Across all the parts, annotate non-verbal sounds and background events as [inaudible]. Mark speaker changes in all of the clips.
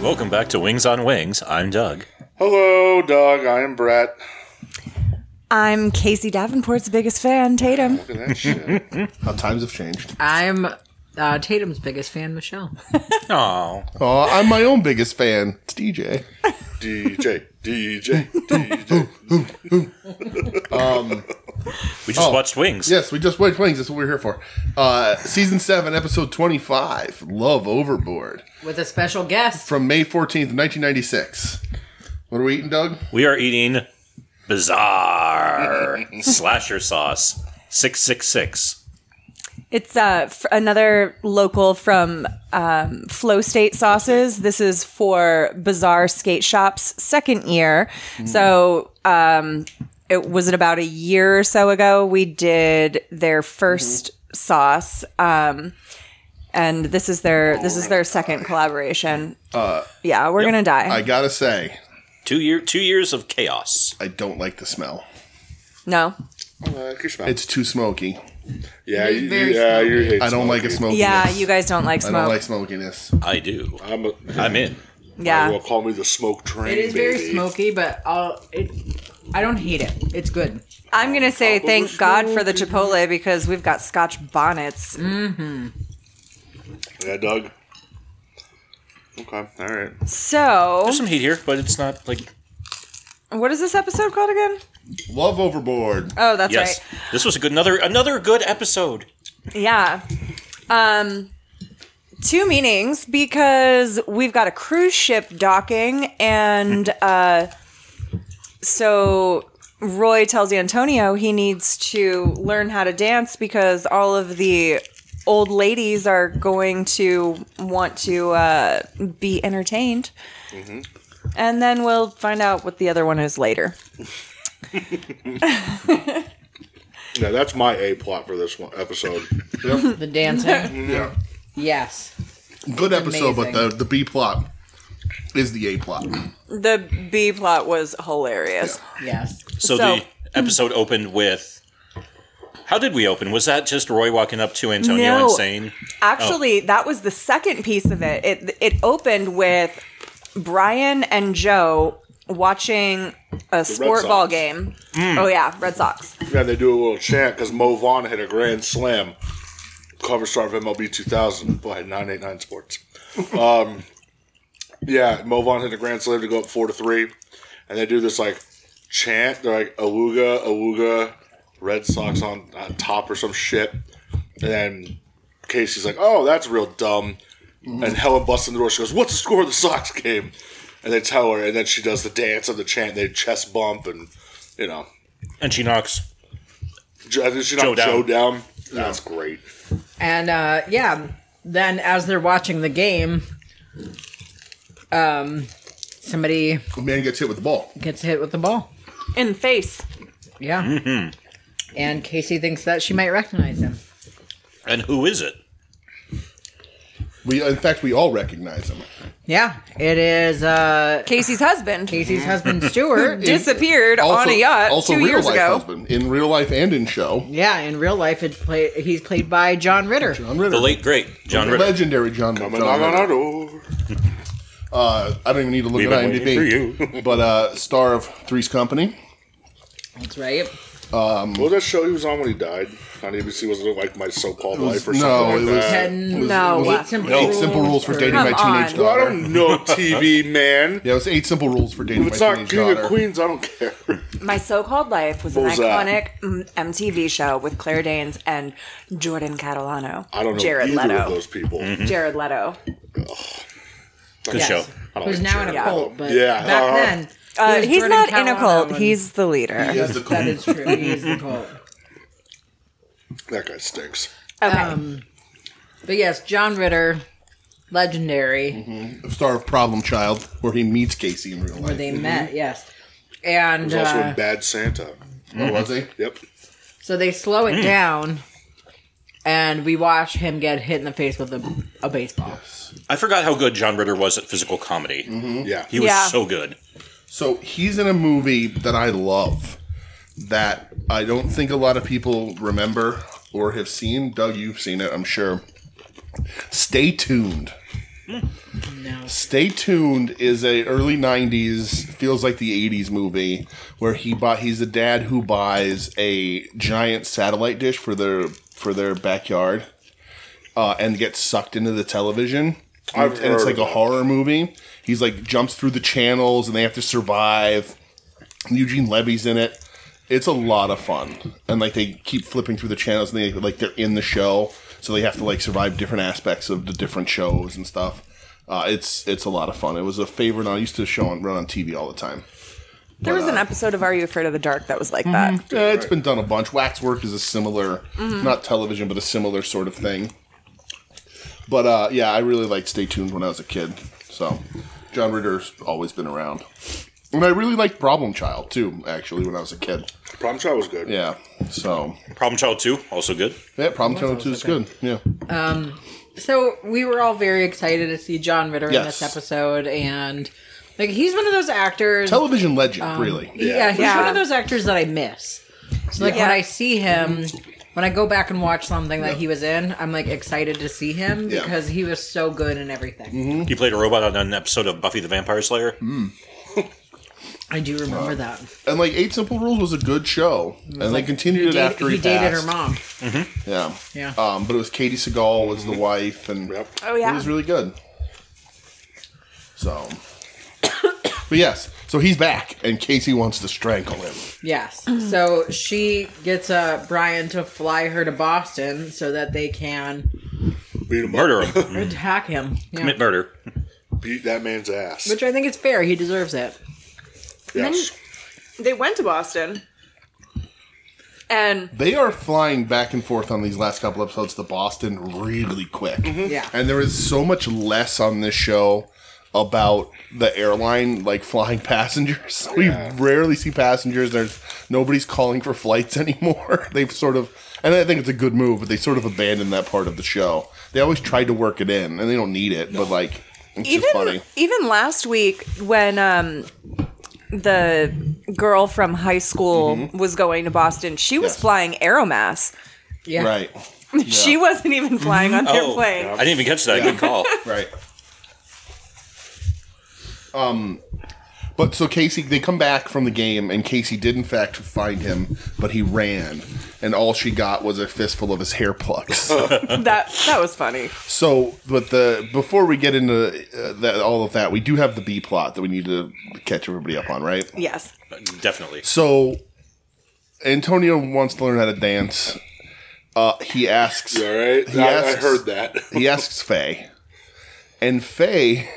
Speaker 1: Welcome back to Wings on Wings. I'm Doug.
Speaker 2: Hello, Doug. I am Brett.
Speaker 3: I'm Casey Davenport's biggest fan, Tatum.
Speaker 2: Look at
Speaker 4: [laughs]
Speaker 2: that shit.
Speaker 4: How times have changed.
Speaker 5: I'm uh, Tatum's biggest fan, Michelle.
Speaker 1: Oh,
Speaker 4: Oh, I'm my own biggest fan. It's DJ.
Speaker 2: DJ, DJ, DJ.
Speaker 1: we just
Speaker 4: Oh.
Speaker 1: watched Wings.
Speaker 4: [laughs] Yes, we just watched Wings. That's what we're here for. Uh, season seven, episode twenty-five, "Love Overboard,"
Speaker 5: With a special guest.
Speaker 4: from May fourteenth, nineteen ninety-six. What are we eating, Doug?
Speaker 1: We are eating bizarre [laughs] slasher sauce six six six.
Speaker 3: It's uh, f- another local from um, Flow State Sauces. This is for Bizarre Skate Shop's second year.
Speaker 4: Mm.
Speaker 3: So um, it was it about a year or so ago we did their 1st sauce, um, and this is their this is their second collaboration. yeah, we're gonna die.
Speaker 4: Uh, I gotta say,
Speaker 1: Two year two years of chaos.
Speaker 4: I don't like the smell.
Speaker 3: no,
Speaker 2: Uh, good smell.
Speaker 4: It's too smoky.
Speaker 2: yeah, you,
Speaker 5: very
Speaker 2: yeah, you hate
Speaker 4: I don't like a smokiness.
Speaker 3: yeah, you guys don't like
Speaker 4: I
Speaker 3: smoke.
Speaker 4: don't like smokiness.
Speaker 1: I do.
Speaker 2: I'm, a,
Speaker 1: I'm in.
Speaker 3: yeah,
Speaker 2: Well, call me the smoke train.
Speaker 5: It is very
Speaker 2: baby.
Speaker 5: smoky, but I'll, it, I don't hate it. It's good.
Speaker 3: I'm gonna say
Speaker 2: Papa was
Speaker 3: thank God for the Chipotle because we've got Scotch bonnets.
Speaker 2: Yeah, Doug. Okay, all right.
Speaker 3: So,
Speaker 1: There's some heat here, but it's not like
Speaker 3: what is this episode called again?
Speaker 4: Love Overboard.
Speaker 3: Oh, that's
Speaker 1: yes. This was a good another another good episode.
Speaker 3: right. Yeah. Um, two meanings because we've got a cruise ship docking, and uh, so Roy tells Antonio he needs to learn how to dance because all of the old ladies are going to want to uh, be entertained. And then we'll find out what the other one is later.
Speaker 2: Yeah, that's my A plot for this one episode.
Speaker 5: The dancing.
Speaker 4: [laughs] Yeah.
Speaker 5: yes.
Speaker 4: Good episode, but
Speaker 5: amazing.
Speaker 4: the the B plot is the A plot.
Speaker 3: The B plot was hilarious.
Speaker 5: Yes.
Speaker 1: So,
Speaker 3: So-
Speaker 1: the episode opened with how did we open? Was that just Roy walking up to Antonio
Speaker 3: No.
Speaker 1: and saying
Speaker 3: Actually, that was the second piece of it. It it opened with Brian and Joe watching a sport
Speaker 2: Sox.
Speaker 3: ball game. Oh yeah, Red Sox.
Speaker 2: Yeah, they do a little chant because Mo Vaughn hit a grand slam, cover star of MLB 2000 by 989 Sports. Um, yeah, Mo Vaughn hit a grand slam to go up four to three, and they do this like chant. They're like "Awuga, Awuga," Red Sox on, on top or some shit. And then Casey's like, "Oh, that's real dumb." And Helen busts in the door. She goes, "What's the score of the Sox game?" And they tell her, and then she does the dance of the chant. They chest bump and you know.
Speaker 1: and she knocks
Speaker 2: Jo- I think she
Speaker 1: Joe
Speaker 2: knocked
Speaker 1: down.
Speaker 2: Joe down. That's great.
Speaker 5: And uh, yeah, then as they're watching the game, um, somebody
Speaker 4: The man gets hit with the ball.
Speaker 5: gets hit with the ball.
Speaker 3: In the face.
Speaker 5: Yeah.
Speaker 4: Mm-hmm.
Speaker 5: And Casey thinks that she might recognize him.
Speaker 1: and who is it?
Speaker 4: We, in fact, we all recognize him.
Speaker 5: Yeah. It is uh,
Speaker 3: Casey's husband
Speaker 5: Casey's
Speaker 4: [laughs]
Speaker 5: husband, Stuart.
Speaker 3: disappeared on a yacht
Speaker 4: also
Speaker 3: two
Speaker 4: real
Speaker 3: years
Speaker 4: life
Speaker 3: ago.
Speaker 4: husband in real life and in show.
Speaker 5: Yeah, in real life, it's play, he's played by John Ritter.
Speaker 4: John Ritter,
Speaker 1: The late great John
Speaker 4: The
Speaker 1: Ritter.
Speaker 4: legendary John,
Speaker 2: I'm
Speaker 4: John
Speaker 2: a knock on our
Speaker 4: Ritter.
Speaker 2: door.
Speaker 4: Uh, I don't even need to look
Speaker 1: We've
Speaker 4: at
Speaker 1: been waiting for
Speaker 4: IMDb.
Speaker 1: you.
Speaker 4: [laughs] but uh, star of Three's Company,
Speaker 5: That's right.
Speaker 2: What was that show he was on when he died? On ABC, wasn't it like My So-Called Life or
Speaker 4: no,
Speaker 2: something
Speaker 4: it
Speaker 2: like
Speaker 4: was-
Speaker 2: that?
Speaker 5: Ten,
Speaker 3: No. uh,
Speaker 5: eight simple,
Speaker 4: Eight Simple Rules for Dating My
Speaker 3: Come on.
Speaker 4: Teenage
Speaker 2: I
Speaker 4: Daughter.
Speaker 2: don't know
Speaker 4: [laughs]
Speaker 2: TV, man.
Speaker 4: yeah, it was Eight Simple Rules for Dating
Speaker 2: If
Speaker 4: My
Speaker 2: it's not
Speaker 4: Teenage
Speaker 2: King
Speaker 4: Daughter.
Speaker 2: of Queens, I don't care.
Speaker 3: My so-called life was an
Speaker 2: Bullseye.
Speaker 3: iconic mm, MTV show with Claire Danes and Jordan Catalano.
Speaker 2: I don't know
Speaker 3: Jared
Speaker 2: either
Speaker 3: Leto.
Speaker 2: of those people.
Speaker 4: Mm-hmm.
Speaker 3: Jared Leto.
Speaker 1: Good show.
Speaker 2: I don't
Speaker 5: Who's
Speaker 2: like
Speaker 5: now in a
Speaker 2: Jared.
Speaker 5: cult, but
Speaker 2: Yeah,
Speaker 5: back
Speaker 4: Uh-huh.
Speaker 2: uh,
Speaker 5: then.
Speaker 3: Uh,
Speaker 5: he was
Speaker 3: he's
Speaker 5: Jordan
Speaker 3: not in a
Speaker 5: Catalano
Speaker 3: cult.
Speaker 5: and-
Speaker 3: He's the leader.
Speaker 4: He is the
Speaker 5: that
Speaker 4: queen.
Speaker 5: is true. He's the cult.
Speaker 2: That guy stinks.
Speaker 3: Okay.
Speaker 5: But yes, John Ritter, legendary,
Speaker 2: Mm-hmm.
Speaker 4: star of Problem Child, where he meets Casey in real
Speaker 5: where
Speaker 4: life.
Speaker 5: they
Speaker 2: Mm-hmm.
Speaker 5: met. Yes, and
Speaker 2: He's also
Speaker 5: uh,
Speaker 2: in Bad Santa.
Speaker 4: Oh, was he?
Speaker 2: Yep.
Speaker 5: so they slow
Speaker 2: Mm.
Speaker 5: it down, and we watch him get hit in the face with a, a baseball.
Speaker 1: I forgot how good John Ritter was at physical comedy.
Speaker 4: Mm-hmm.
Speaker 2: Yeah.
Speaker 1: He was
Speaker 3: Yeah.
Speaker 1: so good.
Speaker 4: So he's in a movie that I love that I don't think a lot of people remember or have seen. Doug, you've seen it, I'm sure. Stay tuned.
Speaker 5: No.
Speaker 4: Stay tuned is a early '90s, feels like the '80s movie where he bought. He's the dad who buys a giant satellite dish for their for their backyard, uh, and gets sucked into the television.
Speaker 2: I've
Speaker 4: and it's
Speaker 2: heard
Speaker 4: like a
Speaker 2: of that.
Speaker 4: horror movie. He's like jumps through the channels, and they have to survive. Eugene Levy's in it. It's a lot of fun, and like they keep flipping through the channels, and they like they're in the show, so they have to like survive different aspects of the different shows and stuff. Uh, it's it's a lot of fun. It was a favorite. I used to show on run on TV all the time.
Speaker 3: There was an episode of Are You Afraid of the Dark that was like that.
Speaker 4: Yeah, it's been done a bunch. Waxwork is a similar, not television, but a similar sort of thing. But uh, yeah, I really liked Stay Tuned when I was a kid. So John Ritter's always been around, and I really liked Problem Child too. Actually, when I was a kid,
Speaker 2: Problem Child was good.
Speaker 4: yeah. So
Speaker 1: Problem Child 2, also good.
Speaker 4: yeah, Problem Child too is good. Yeah,
Speaker 5: So we were all very excited to see John Ritter in
Speaker 4: Yes.
Speaker 5: this episode, and like he's one of those actors.
Speaker 4: television legend, really.
Speaker 5: yeah, he's
Speaker 3: Yeah.
Speaker 5: one of those actors that I miss. So like when
Speaker 3: Yeah.
Speaker 5: I see him, when I go back and watch something that he was in, I'm like excited to see him
Speaker 4: Yeah.
Speaker 5: because he was so good in everything.
Speaker 1: He played a robot on an episode of Buffy the Vampire Slayer.
Speaker 4: Mm.
Speaker 5: I do remember that.
Speaker 4: And like Eight Simple Rules was a good show, and they continued it
Speaker 5: Date-
Speaker 4: after he,
Speaker 5: he dated her
Speaker 4: passed.
Speaker 5: mom.
Speaker 4: Yeah.
Speaker 5: Yeah.
Speaker 4: Um, but it was Katie Seagal was the wife, and
Speaker 2: Yep.
Speaker 3: Oh yeah.
Speaker 4: it was really good. So, [coughs] but yes, so he's back, and Casey wants to strangle him.
Speaker 5: Yes. So she gets uh, Brian to fly her to Boston so that they can
Speaker 2: Beat him
Speaker 1: Murder him.
Speaker 5: attack him. Yeah.
Speaker 1: Commit murder.
Speaker 2: up. Beat that man's ass.
Speaker 5: Which I think is fair. He deserves it.
Speaker 2: yes.
Speaker 3: they went to Boston. And
Speaker 4: They are flying back and forth on these last couple episodes to Boston really quick.
Speaker 5: Yeah.
Speaker 4: And there is so much less on this show about the airline like flying [laughs] passengers. We rarely see passengers. There's nobody's calling for flights [laughs] anymore. They've sort of and I think it's a good move, but they sort of abandoned that part of the show. They always tried to work it in and they don't need it, but like it's just funny.
Speaker 3: even even last week when um the girl from high school was going to Boston, she was
Speaker 4: Mm-hmm. Yes.
Speaker 3: flying Aeromass.
Speaker 5: Yeah.
Speaker 4: Right.
Speaker 3: She wasn't even flying
Speaker 4: Mm-hmm.
Speaker 3: on their
Speaker 1: Oh,
Speaker 3: plane.
Speaker 1: I didn't even catch that. Good
Speaker 4: [laughs]
Speaker 1: call.
Speaker 4: Right. Um but so Casey they come back from the game and Casey did in fact find him, but he ran and all she got was a fistful of his hair
Speaker 2: [laughs]
Speaker 4: plucks.
Speaker 3: That that was funny.
Speaker 4: so, but the before we get into uh, that, all of that, we do have the B plot that we need to catch everybody up on, right?
Speaker 3: Yes.
Speaker 1: Definitely.
Speaker 4: So Antonio wants to learn how to dance. Uh, he asks
Speaker 2: You all right?
Speaker 4: He
Speaker 2: I, I
Speaker 4: asks-
Speaker 2: heard that.
Speaker 4: he asks Faye. And Faye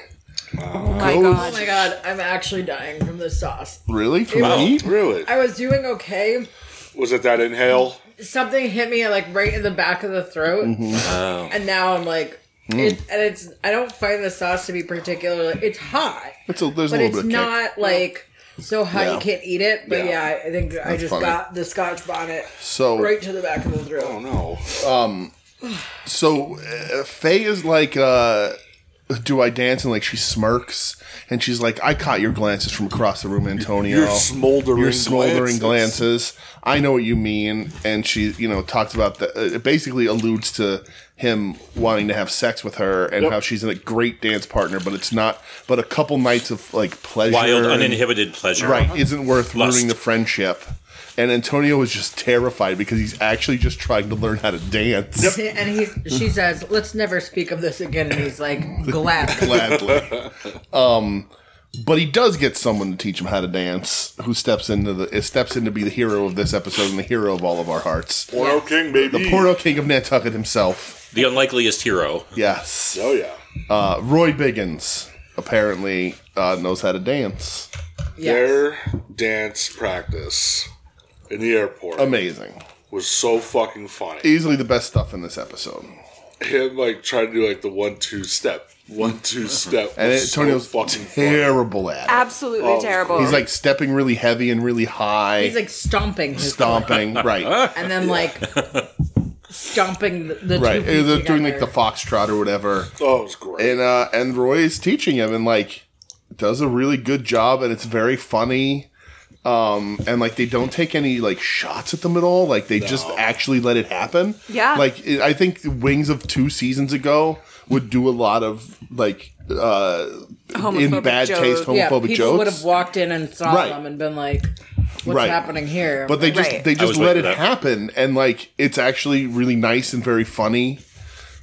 Speaker 3: Oh my
Speaker 4: Goes-
Speaker 5: Oh
Speaker 3: god.
Speaker 5: my god, I'm actually dying from the sauce.
Speaker 4: really from
Speaker 1: Wow.
Speaker 4: me?
Speaker 2: [laughs] really?
Speaker 5: I was doing okay.
Speaker 2: Was it that inhale?
Speaker 5: Something hit me like right in the back of the throat,
Speaker 4: Mm-hmm.
Speaker 5: and now I'm like,
Speaker 4: Hmm.
Speaker 5: it, and it's. I don't find the sauce to be particularly. It's hot,
Speaker 4: It's a, there's a little
Speaker 5: but
Speaker 4: bit
Speaker 5: it's
Speaker 4: of kick.
Speaker 5: not like so hot
Speaker 4: Yeah.
Speaker 5: you can't eat it. But
Speaker 4: Yeah.
Speaker 5: yeah, I think I
Speaker 4: That's
Speaker 5: just
Speaker 4: funny.
Speaker 5: got the Scotch bonnet
Speaker 4: So
Speaker 5: right to the back of the throat.
Speaker 2: Oh no.
Speaker 4: so uh, Faye is like, uh, "Do I dance?" And like she smirks, and she's like, "I caught your glances from across the room, Antonio.
Speaker 2: Your smoldering
Speaker 4: Your smoldering
Speaker 2: glances."
Speaker 4: glances. I know what you mean." And she, you know, talks about that. Uh, it basically alludes to him wanting to have sex with her and how she's a great dance partner, but it's not. But a couple nights of like pleasure,
Speaker 1: Wild,
Speaker 4: and-
Speaker 1: uninhibited pleasure.
Speaker 4: right isn't worth
Speaker 1: Lust.
Speaker 4: ruining the friendship. And Antonio is just terrified because he's actually just trying to learn how to dance.
Speaker 5: And he, she says, "Let's never speak of this again." And
Speaker 4: [laughs]
Speaker 5: he's like, "Glad."
Speaker 4: [laughs] gladly. um, but he does get someone to teach him how to dance, who steps into the it steps in to be the hero of this episode and the hero of all of our hearts.
Speaker 2: Porno King, baby.
Speaker 4: The Porno King of Nantucket himself.
Speaker 1: The unlikeliest hero.
Speaker 4: Yes,
Speaker 2: Oh yeah.
Speaker 4: uh, Roy Biggins apparently uh, knows how to dance.
Speaker 2: Their dance practice in the airport
Speaker 4: Amazing.
Speaker 2: was so fucking funny.
Speaker 4: Easily the best stuff in this episode.
Speaker 2: Him like trying to do like the one two step, one
Speaker 4: [laughs]
Speaker 2: two step.
Speaker 4: And
Speaker 2: was so
Speaker 4: Antonio's [laughs]
Speaker 2: fucking funny.
Speaker 4: terrible at it.
Speaker 3: Absolutely terrible.
Speaker 4: Oh, He's like stepping really heavy and really high,
Speaker 5: He's like stomping his [laughs]
Speaker 4: stomping. right,
Speaker 5: and then like stomping the, the
Speaker 4: right.
Speaker 5: two feet
Speaker 4: They're doing like the
Speaker 5: together.
Speaker 4: foxtrot or whatever.
Speaker 2: Oh, it was great.
Speaker 4: and uh and Roy is teaching him and like does a really good job and it's very funny Um, and like they don't take any like shots at them at all. Like they just actually let it happen.
Speaker 3: Yeah.
Speaker 4: Like it, I think Wings of two seasons ago would do a lot of like uh, in
Speaker 3: Homophobic
Speaker 4: bad taste
Speaker 3: jokes.
Speaker 5: yeah,
Speaker 4: homophobic
Speaker 5: people would have
Speaker 4: jokes.
Speaker 5: walked in and saw
Speaker 4: Right.
Speaker 5: them and been like, "What's
Speaker 4: Right.
Speaker 5: happening here?"
Speaker 4: But they just
Speaker 3: Right.
Speaker 4: they just
Speaker 1: was
Speaker 4: let
Speaker 1: waiting
Speaker 4: it
Speaker 1: for that.
Speaker 4: happen, and like it's actually really nice and very funny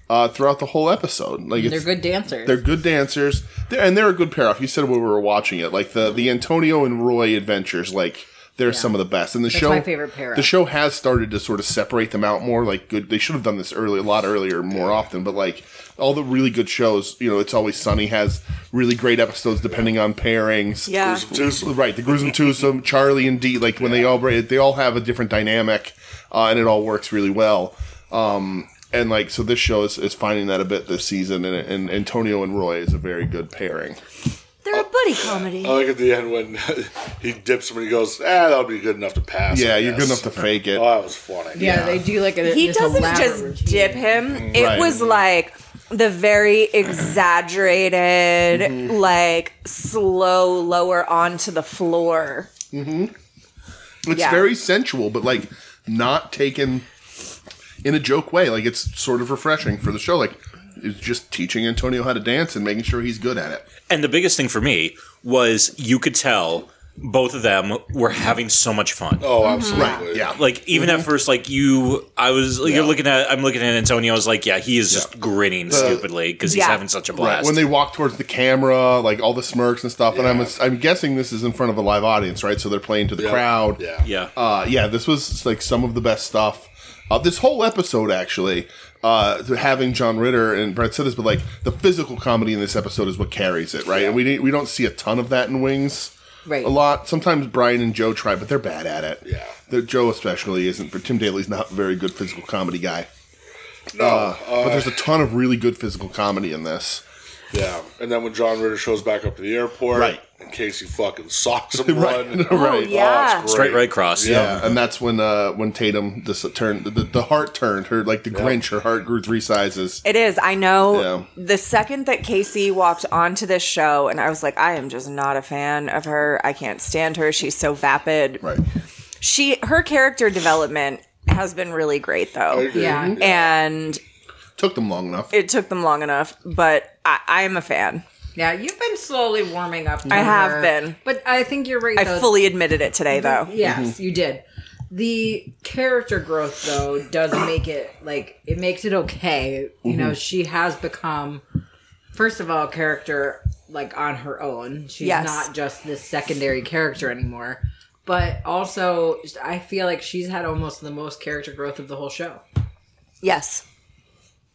Speaker 4: uh, throughout the whole episode. Like
Speaker 5: they're
Speaker 4: it's,
Speaker 5: good dancers.
Speaker 4: they're good dancers, they're, and they're a good pair off. You said when we were watching it, like the the Antonio and Roy adventures, like they're some of the best. And the show,
Speaker 5: my favorite pair
Speaker 4: The
Speaker 5: up.
Speaker 4: show has started to sort of separate them out more. Like good, they should have done this early, a lot earlier, more often. But like all the really good shows, you know, it's always Sunny has really great episodes depending on pairings.
Speaker 3: Yeah.
Speaker 2: Just-
Speaker 4: Right, the gruesome twosome, Charlie and Dee, like when they all break- they all have a different dynamic, uh, and it all works really well. Um, and like so, this show is, is finding that a bit this season, and, and Antonio and Roy is a very good pairing.
Speaker 3: They're a buddy comedy.
Speaker 4: Oh,
Speaker 2: I like at the end when [laughs] he dips him and he goes, ah, that'll be good enough to pass.
Speaker 4: Yeah,
Speaker 2: I
Speaker 4: you're good
Speaker 2: guess."
Speaker 4: enough to fake it.
Speaker 2: Oh, that was funny.
Speaker 5: yeah, they do like a,
Speaker 3: he
Speaker 5: this
Speaker 3: doesn't
Speaker 5: elaborate
Speaker 3: just
Speaker 5: routine.
Speaker 3: dip him. It
Speaker 4: Right.
Speaker 3: was like the very exaggerated,
Speaker 4: Mm-hmm.
Speaker 3: like slow lower onto the floor.
Speaker 4: It's
Speaker 3: Yeah.
Speaker 4: very sensual, but like not taken in a joke way. Like it's sort of refreshing for the show. Like it's just teaching Antonio how to dance and making sure he's good at it.
Speaker 1: And the biggest thing for me was you could tell both of them were having so much fun.
Speaker 2: Oh, absolutely.
Speaker 4: Mm-hmm. Yeah,
Speaker 1: Like even
Speaker 4: Mm-hmm.
Speaker 1: at first, like you, I was like, you're looking at, I'm looking at Antonio. I was like, yeah, he is just grinning stupidly because he's
Speaker 3: Yeah.
Speaker 1: having such a
Speaker 4: Uh, Right,
Speaker 1: blast.
Speaker 4: When they walk towards the camera, like all the smirks and stuff, and I'm I'm guessing this is in front of a live audience, right? So they're playing to the crowd.
Speaker 2: Yeah.
Speaker 1: yeah,
Speaker 4: Uh, yeah, this was like some of the best stuff. Uh, this whole episode, actually, uh, having John Ritter and Brett said this, but like the physical comedy in this episode is what carries it, right? And we didn't, we don't see a ton of that in Wings.
Speaker 5: Right.
Speaker 4: A lot. Sometimes Brian and Joe try, but they're bad at it.
Speaker 2: Yeah.
Speaker 4: They're, Joe especially isn't. For Tim Daly's not a very good physical comedy guy.
Speaker 2: No.
Speaker 4: Uh, but there's a ton of really good physical comedy in this.
Speaker 2: yeah. And then when John Ritter shows back up to the airport,
Speaker 4: Right.
Speaker 2: and Casey fucking socks him one.
Speaker 4: [laughs]
Speaker 3: Oh
Speaker 4: right.
Speaker 3: yeah.
Speaker 2: great.
Speaker 1: straight right cross.
Speaker 4: Yeah, and that's when uh when Tatum this turned the, the heart turned her like the Grinch her heart grew three sizes.
Speaker 3: It is. I know.
Speaker 4: Yeah.
Speaker 3: The second that Casey walked onto this show, and I was like, I am just not a fan of her. I can't stand her. She's so vapid.
Speaker 4: Right.
Speaker 3: She her character development has been really great though,
Speaker 5: Yeah.
Speaker 3: and
Speaker 4: Took them long enough.
Speaker 3: it took them long enough. But I, I am a fan.
Speaker 5: Yeah, you've been slowly warming up. To
Speaker 3: I have
Speaker 5: her.
Speaker 3: been.
Speaker 5: but I think you're right.
Speaker 3: I
Speaker 5: though.
Speaker 3: fully admitted it today though.
Speaker 5: Yes, you did. The character growth though does [coughs] Mm-hmm. make it like it makes it okay. You know, she has become first of all a character like on her own. She's
Speaker 3: Yes.
Speaker 5: not just this secondary character anymore. But also I feel like she's had almost the most character growth of the whole show.
Speaker 3: Yes.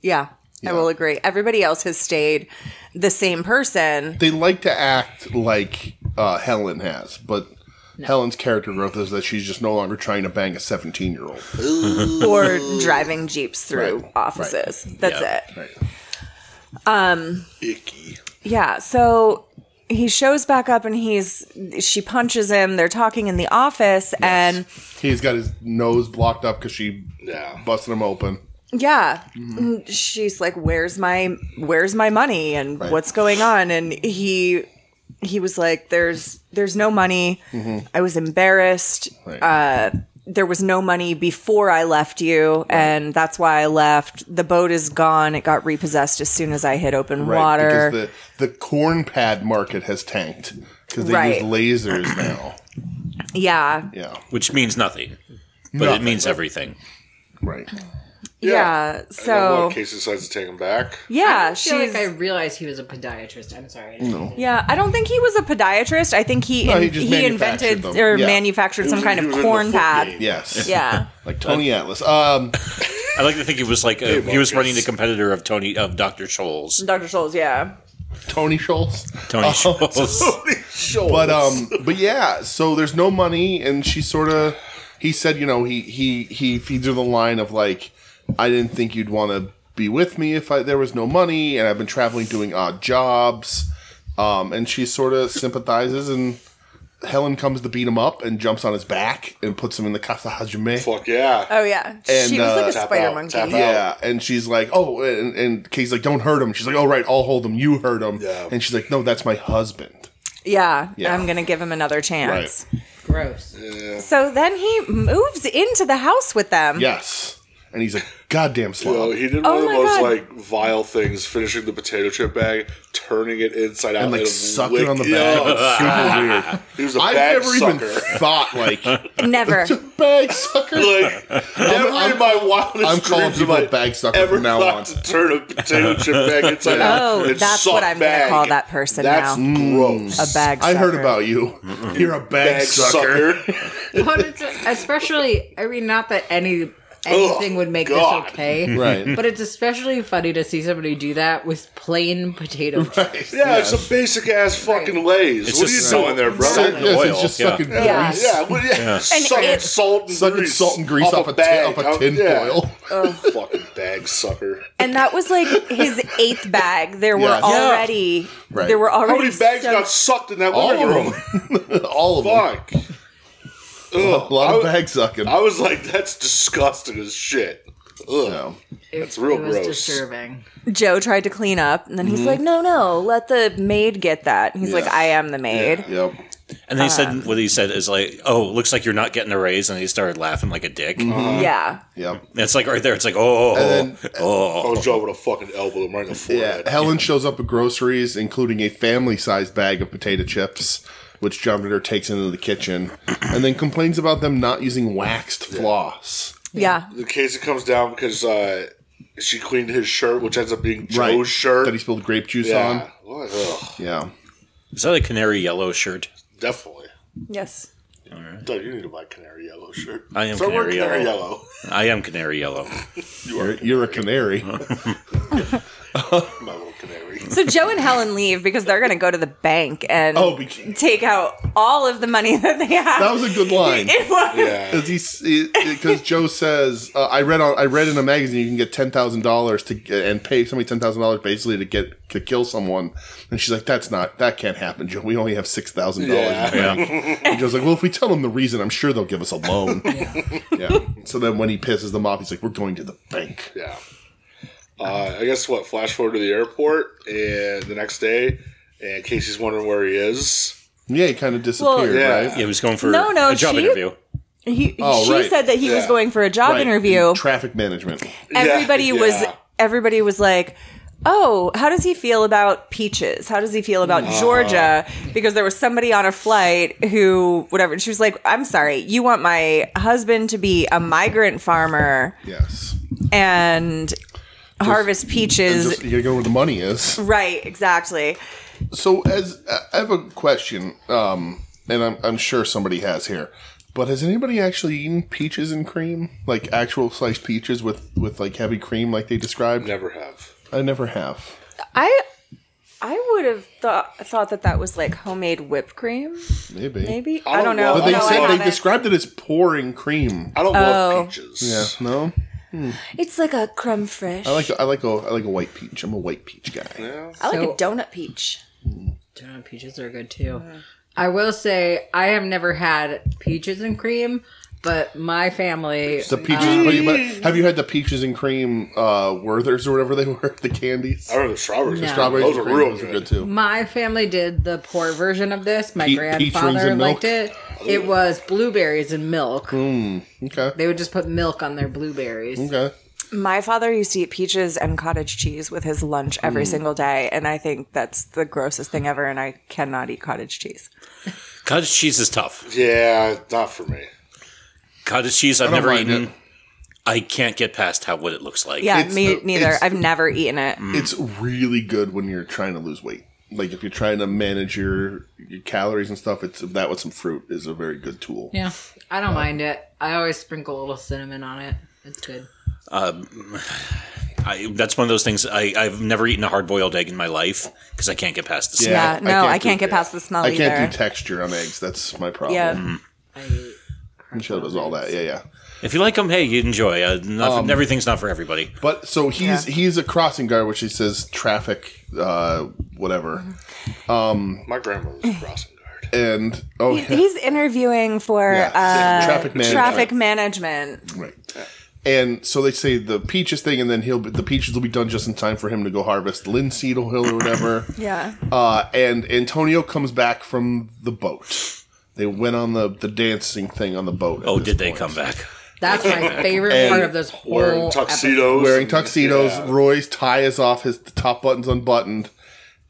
Speaker 3: Yeah, I will agree. Everybody else has stayed the same person.
Speaker 4: They like to act like uh, Helen has, but Helen's character growth is that she's just no longer trying to bang a 17 year old.
Speaker 3: or driving jeeps through
Speaker 4: Right,
Speaker 3: offices. That's
Speaker 1: Yeah.
Speaker 3: it.
Speaker 4: Right.
Speaker 2: Icky.
Speaker 3: Yeah. So he shows back up and he's she punches him. They're talking in the office
Speaker 4: He's got his nose blocked up because she
Speaker 2: Yeah.
Speaker 4: busted him open.
Speaker 3: and yeah, and she's like, "Where's my where's my money and what's going on?" And he he was like, "There's there's no money. I was embarrassed.
Speaker 4: Right.
Speaker 3: there was no money before I left you, and that's why I left. The boat is gone. It got repossessed as soon as I hit open water.
Speaker 4: Because the, the corn pad market has tanked because they
Speaker 3: Right.
Speaker 4: use lasers now.
Speaker 3: yeah,
Speaker 4: Yeah.
Speaker 1: which means nothing, but it
Speaker 4: Nothing.
Speaker 1: means everything.
Speaker 4: Right.
Speaker 3: yeah.
Speaker 2: Yeah. and
Speaker 3: So
Speaker 2: what, Casey decides to take him back.
Speaker 3: yeah,
Speaker 5: I feel
Speaker 3: she's.
Speaker 5: like I realized he was a podiatrist. I'm sorry.
Speaker 3: yeah, I don't think he was a podiatrist. I think he
Speaker 4: he
Speaker 3: in- he,
Speaker 4: just manufactured
Speaker 3: invented
Speaker 4: them.
Speaker 3: or
Speaker 4: Yeah.
Speaker 3: manufactured some
Speaker 2: He was-
Speaker 3: kind
Speaker 2: he
Speaker 3: of
Speaker 2: was in the
Speaker 3: corn
Speaker 2: foot
Speaker 3: pad.
Speaker 2: game.
Speaker 4: Yes.
Speaker 2: [laughs]
Speaker 3: Yeah,
Speaker 4: Like Tony Atlas. Um,
Speaker 1: I like to think he was like a, he
Speaker 2: Marcus.
Speaker 1: was running the competitor of Tony of Doctor
Speaker 4: Oh.
Speaker 1: Scholes.
Speaker 3: Dr. Scholes. Yeah,
Speaker 4: Tony Schultz. [laughs]
Speaker 1: Tony Scholes.
Speaker 4: But um, but yeah. So there's no money, and she sort of. He said, you know, he he he feeds her the line of like, I didn't think you'd want to be with me if I there was no money, and I've been traveling doing odd jobs. Um, and she sort of sympathizes, and Helen comes to beat him up and jumps on his back and puts him in the casa hajime.
Speaker 2: Fuck yeah.
Speaker 3: oh yeah, she was like
Speaker 4: uh,
Speaker 3: a
Speaker 2: tap
Speaker 3: spider
Speaker 2: out,
Speaker 3: monkey.
Speaker 2: tap out.
Speaker 4: Yeah, and she's like, oh, and, and Katie's like, don't hurt him. She's like, oh, right, I'll hold him. You hurt him.
Speaker 2: Yeah.
Speaker 4: And she's like, no, that's my husband.
Speaker 3: Yeah,
Speaker 4: Yeah.
Speaker 3: I'm gonna give him another chance.
Speaker 5: gross.
Speaker 3: So then he moves into the house with them.
Speaker 4: Yes. And he's a goddamn
Speaker 2: So
Speaker 4: slob.
Speaker 2: he did one
Speaker 3: Oh
Speaker 2: of the
Speaker 3: my
Speaker 2: most
Speaker 3: God.
Speaker 2: like vile things, finishing the potato chip bag, turning it inside out,
Speaker 4: And like suck it on the back.
Speaker 2: Yeah,
Speaker 4: It's super weird.
Speaker 2: [laughs] he was a
Speaker 4: I've
Speaker 2: bag
Speaker 4: never
Speaker 2: sucker.
Speaker 4: even thought
Speaker 2: [laughs]
Speaker 4: like
Speaker 3: Never.
Speaker 4: bag sucker.
Speaker 2: like never in my wildest
Speaker 4: I'm calling
Speaker 2: dreams have
Speaker 4: people
Speaker 2: I
Speaker 4: a bag sucker
Speaker 2: ever
Speaker 4: from now
Speaker 2: thought
Speaker 4: on.
Speaker 2: to turn a potato
Speaker 4: [laughs]
Speaker 2: chip bag inside out.
Speaker 3: Oh,
Speaker 2: and
Speaker 3: that's
Speaker 2: suck
Speaker 3: what I'm going
Speaker 2: bag.
Speaker 3: to call that person
Speaker 2: That's
Speaker 3: now.
Speaker 4: Mm.
Speaker 2: gross.
Speaker 3: A bag
Speaker 4: I heard
Speaker 3: sucker.
Speaker 4: about you. You're a bag,
Speaker 2: bag
Speaker 4: sucker. [laughs]
Speaker 2: sucker.
Speaker 5: But it's especially, I mean, not that any anything
Speaker 2: Ugh,
Speaker 5: would make
Speaker 2: God.
Speaker 5: this [laughs] okay,
Speaker 2: [laughs]
Speaker 4: Right.
Speaker 5: But it's especially funny to see somebody do that with plain potato chips.
Speaker 2: Yeah, it's a basic ass fucking lays.
Speaker 1: It's
Speaker 2: what are
Speaker 1: just
Speaker 2: you
Speaker 1: so-
Speaker 2: doing there,
Speaker 4: So,
Speaker 2: brother?
Speaker 1: Yeah.
Speaker 4: yes,
Speaker 1: Oil,
Speaker 4: it's just
Speaker 1: yeah.
Speaker 4: sucking
Speaker 3: Yeah.
Speaker 4: grease.
Speaker 2: Yeah, well, yeah. sucking
Speaker 3: it-
Speaker 2: salt and
Speaker 4: Sucking
Speaker 2: grease
Speaker 4: salt and grease off a, tin,
Speaker 2: bag.
Speaker 4: off a tin
Speaker 2: yeah.
Speaker 4: foil.
Speaker 2: Fucking bag sucker.
Speaker 3: And that was like his eighth bag. There were
Speaker 4: Yes. Yeah.
Speaker 3: already
Speaker 4: Right.
Speaker 3: there were
Speaker 4: How
Speaker 2: How
Speaker 3: already
Speaker 2: many bags
Speaker 3: so-
Speaker 2: got sucked in that
Speaker 4: All
Speaker 2: living room?
Speaker 4: of them. [laughs] All of them.
Speaker 2: Fuck. Ugh,
Speaker 4: A lot of
Speaker 2: I-
Speaker 4: bag sucking.
Speaker 2: I was like, that's disgusting as shit. Ugh.
Speaker 4: No.
Speaker 2: That's real
Speaker 5: it was
Speaker 2: gross.
Speaker 5: disturbing.
Speaker 3: Joe tried to clean up and then he's like, No, no, let the maid get that. And he's
Speaker 4: Mm-hmm. Yeah.
Speaker 3: like, I am the maid.
Speaker 4: Yep.
Speaker 1: And they
Speaker 3: Uh-huh.
Speaker 1: said what he said is like, "Oh, looks like you're not getting a raise," and he started laughing like a dick.
Speaker 3: Yeah.
Speaker 4: Yep.
Speaker 1: And It's like right there. It's like, oh,
Speaker 4: Uh-huh. And
Speaker 1: oh,
Speaker 2: I was driving a fucking elbow him right in the
Speaker 4: Yeah.
Speaker 2: forehead.
Speaker 4: Helen shows up with groceries, including a family sized bag of potato chips, which John Ritter takes into the kitchen, and then complains about them not using waxed floss.
Speaker 3: Yeah.
Speaker 2: The case comes down because uh, she cleaned his shirt, which ends up being Joe's
Speaker 4: Right.
Speaker 2: shirt.
Speaker 4: That he spilled grape juice
Speaker 2: yeah.
Speaker 4: on.
Speaker 2: What? Ugh.
Speaker 4: Yeah.
Speaker 1: is that a canary yellow shirt?
Speaker 2: Definitely.
Speaker 3: Yes.
Speaker 2: Doug, you need to buy canary yellow shirt.
Speaker 1: I am
Speaker 2: Start wearing
Speaker 1: canary yellow.
Speaker 2: yellow.
Speaker 1: I am canary yellow.
Speaker 4: You're, you're a canary.
Speaker 2: [laughs] My little canary.
Speaker 3: So Joe and Helen leave because they're gonna go to the bank and
Speaker 4: Oh, be- [laughs]
Speaker 3: take out all of the money [laughs] that they have.
Speaker 4: that was a good line.
Speaker 3: it was
Speaker 2: Yeah.
Speaker 4: Because Joe says, uh, I read on I read in a magazine you can get ten thousand dollars to and pay somebody ten thousand dollars basically to get to kill someone, and she's like, that's not that can't happen, Joe. We only have six thousand
Speaker 2: Yeah.
Speaker 4: dollars. And Joe's like, well, if we tell them the reason, I'm sure they'll give us a loan. yeah. So then when he pisses them off, he's like, we're going to the bank.
Speaker 2: Yeah. Uh, I guess what? Flash forward to the airport and the next day, and Casey's wondering where he is.
Speaker 4: Yeah, he kind of disappeared,
Speaker 2: yeah.
Speaker 4: right?
Speaker 1: Yeah, he was going for
Speaker 3: No, no,
Speaker 1: a job
Speaker 3: she-
Speaker 1: interview.
Speaker 3: he,
Speaker 4: Oh,
Speaker 3: she
Speaker 4: right.
Speaker 3: said that he was
Speaker 2: Yeah.
Speaker 3: going for a job
Speaker 4: Right.
Speaker 3: interview.
Speaker 4: traffic management.
Speaker 3: everybody
Speaker 2: Yeah,
Speaker 3: was
Speaker 2: yeah.
Speaker 3: everybody was like oh how does he feel about peaches how does he feel about
Speaker 4: Uh-huh.
Speaker 3: georgia because there was somebody on a flight who whatever and she was like i'm sorry you want my husband to be a migrant farmer
Speaker 4: Yes.
Speaker 3: and harvest
Speaker 4: And
Speaker 3: peaches
Speaker 4: just, you gotta go where the money is.
Speaker 3: right exactly
Speaker 4: So, as I have a question, um, and I'm, I'm sure somebody has here, but has anybody actually eaten peaches and cream, like actual sliced peaches with with like heavy cream, like they described?
Speaker 2: Never have.
Speaker 4: I never have.
Speaker 3: i i would have thought thought that that was like homemade whipped cream
Speaker 4: Maybe.
Speaker 3: maybe
Speaker 2: I
Speaker 3: i
Speaker 2: don't
Speaker 3: don't know
Speaker 2: know.
Speaker 4: But Oh, they
Speaker 3: No, I
Speaker 4: said they
Speaker 3: haven't.
Speaker 4: described it as pouring cream.
Speaker 2: I don't
Speaker 3: Oh.
Speaker 2: love peaches.
Speaker 4: Yeah. No.
Speaker 3: it's like a creme fraiche
Speaker 4: I like I like a I like a white peach. I'm a white peach guy.
Speaker 3: I like
Speaker 5: So-
Speaker 3: a donut peach
Speaker 5: Donut peaches are good too. I will say I have never had peaches and cream, but my family
Speaker 4: The
Speaker 3: Ah.
Speaker 4: peaches. but you- but have you had the peaches and cream uh, Werthers or whatever they [laughs] were? The candies.
Speaker 2: I remember the strawberries.
Speaker 5: No.
Speaker 4: Strawberries
Speaker 2: Those
Speaker 4: and
Speaker 2: are
Speaker 4: cream,
Speaker 2: real
Speaker 4: those are good
Speaker 2: good.
Speaker 4: too.
Speaker 5: my family did the poor version of this. My
Speaker 4: Pe- peach rings
Speaker 5: grandfather
Speaker 4: and milk?
Speaker 5: liked it. It was blueberries and milk.
Speaker 4: Okay.
Speaker 5: They would just put milk on their blueberries.
Speaker 4: Okay.
Speaker 3: My father used to eat peaches and cottage cheese with his lunch every
Speaker 4: Mm.
Speaker 3: single day, and I think that's the grossest thing ever. And I cannot eat cottage cheese.
Speaker 1: Cottage cheese is tough.
Speaker 2: Yeah, not for me.
Speaker 1: Cottage cheese, I've
Speaker 4: don't
Speaker 1: never
Speaker 4: mind
Speaker 1: eaten.
Speaker 4: it.
Speaker 1: I can't get past how what it looks like.
Speaker 3: Yeah,
Speaker 4: It's
Speaker 3: me
Speaker 4: the-
Speaker 3: neither.
Speaker 4: it's- Mm.
Speaker 3: I've never eaten it.
Speaker 4: it's really good when you're trying to lose weight. Like if you're trying to manage your, your calories and stuff, it's that with some fruit is a very good tool.
Speaker 5: Yeah, I don't mind it. I always sprinkle a little cinnamon on it. It's good.
Speaker 1: I, that's one of those things. I, I've never eaten a hard boiled egg in my life because I can't get past the smell.
Speaker 3: Yeah,
Speaker 4: I
Speaker 3: no,
Speaker 4: can't
Speaker 3: I
Speaker 4: do-
Speaker 3: can't get past the smell
Speaker 4: I
Speaker 3: either.
Speaker 4: can't do texture on eggs. That's my problem.
Speaker 3: yeah,
Speaker 5: I eat
Speaker 4: Michelle does all that. Yeah, yeah.
Speaker 1: If you like them, hey, you enjoy. Uh, not,
Speaker 4: Um,
Speaker 1: everything's not for everybody.
Speaker 4: But so he's he's a crossing guard, which he says traffic, uh, whatever.
Speaker 2: My grandma
Speaker 3: [laughs]
Speaker 2: was a crossing guard.
Speaker 4: And oh, yeah,
Speaker 3: he's interviewing for
Speaker 4: Yeah.
Speaker 3: uh,
Speaker 4: Traffic management.
Speaker 3: Traffic management.
Speaker 4: right. And so they say the peaches thing, and then he'll be, the peaches will be done just in time for him to go harvest linseed oil or whatever.
Speaker 3: [laughs] Yeah,
Speaker 4: Uh, and Antonio comes back from the boat They went on the, the dancing thing on the boat. at
Speaker 1: Oh,
Speaker 4: this
Speaker 1: did they
Speaker 4: point.
Speaker 1: come back?
Speaker 5: That's my
Speaker 4: [laughs]
Speaker 5: favorite
Speaker 4: And
Speaker 5: part of this whole
Speaker 2: Wearing
Speaker 5: episode.
Speaker 2: tuxedos.
Speaker 4: Wearing
Speaker 2: and-
Speaker 4: tuxedos.
Speaker 2: yeah.
Speaker 4: Roy's tie is off. His the top button's unbuttoned.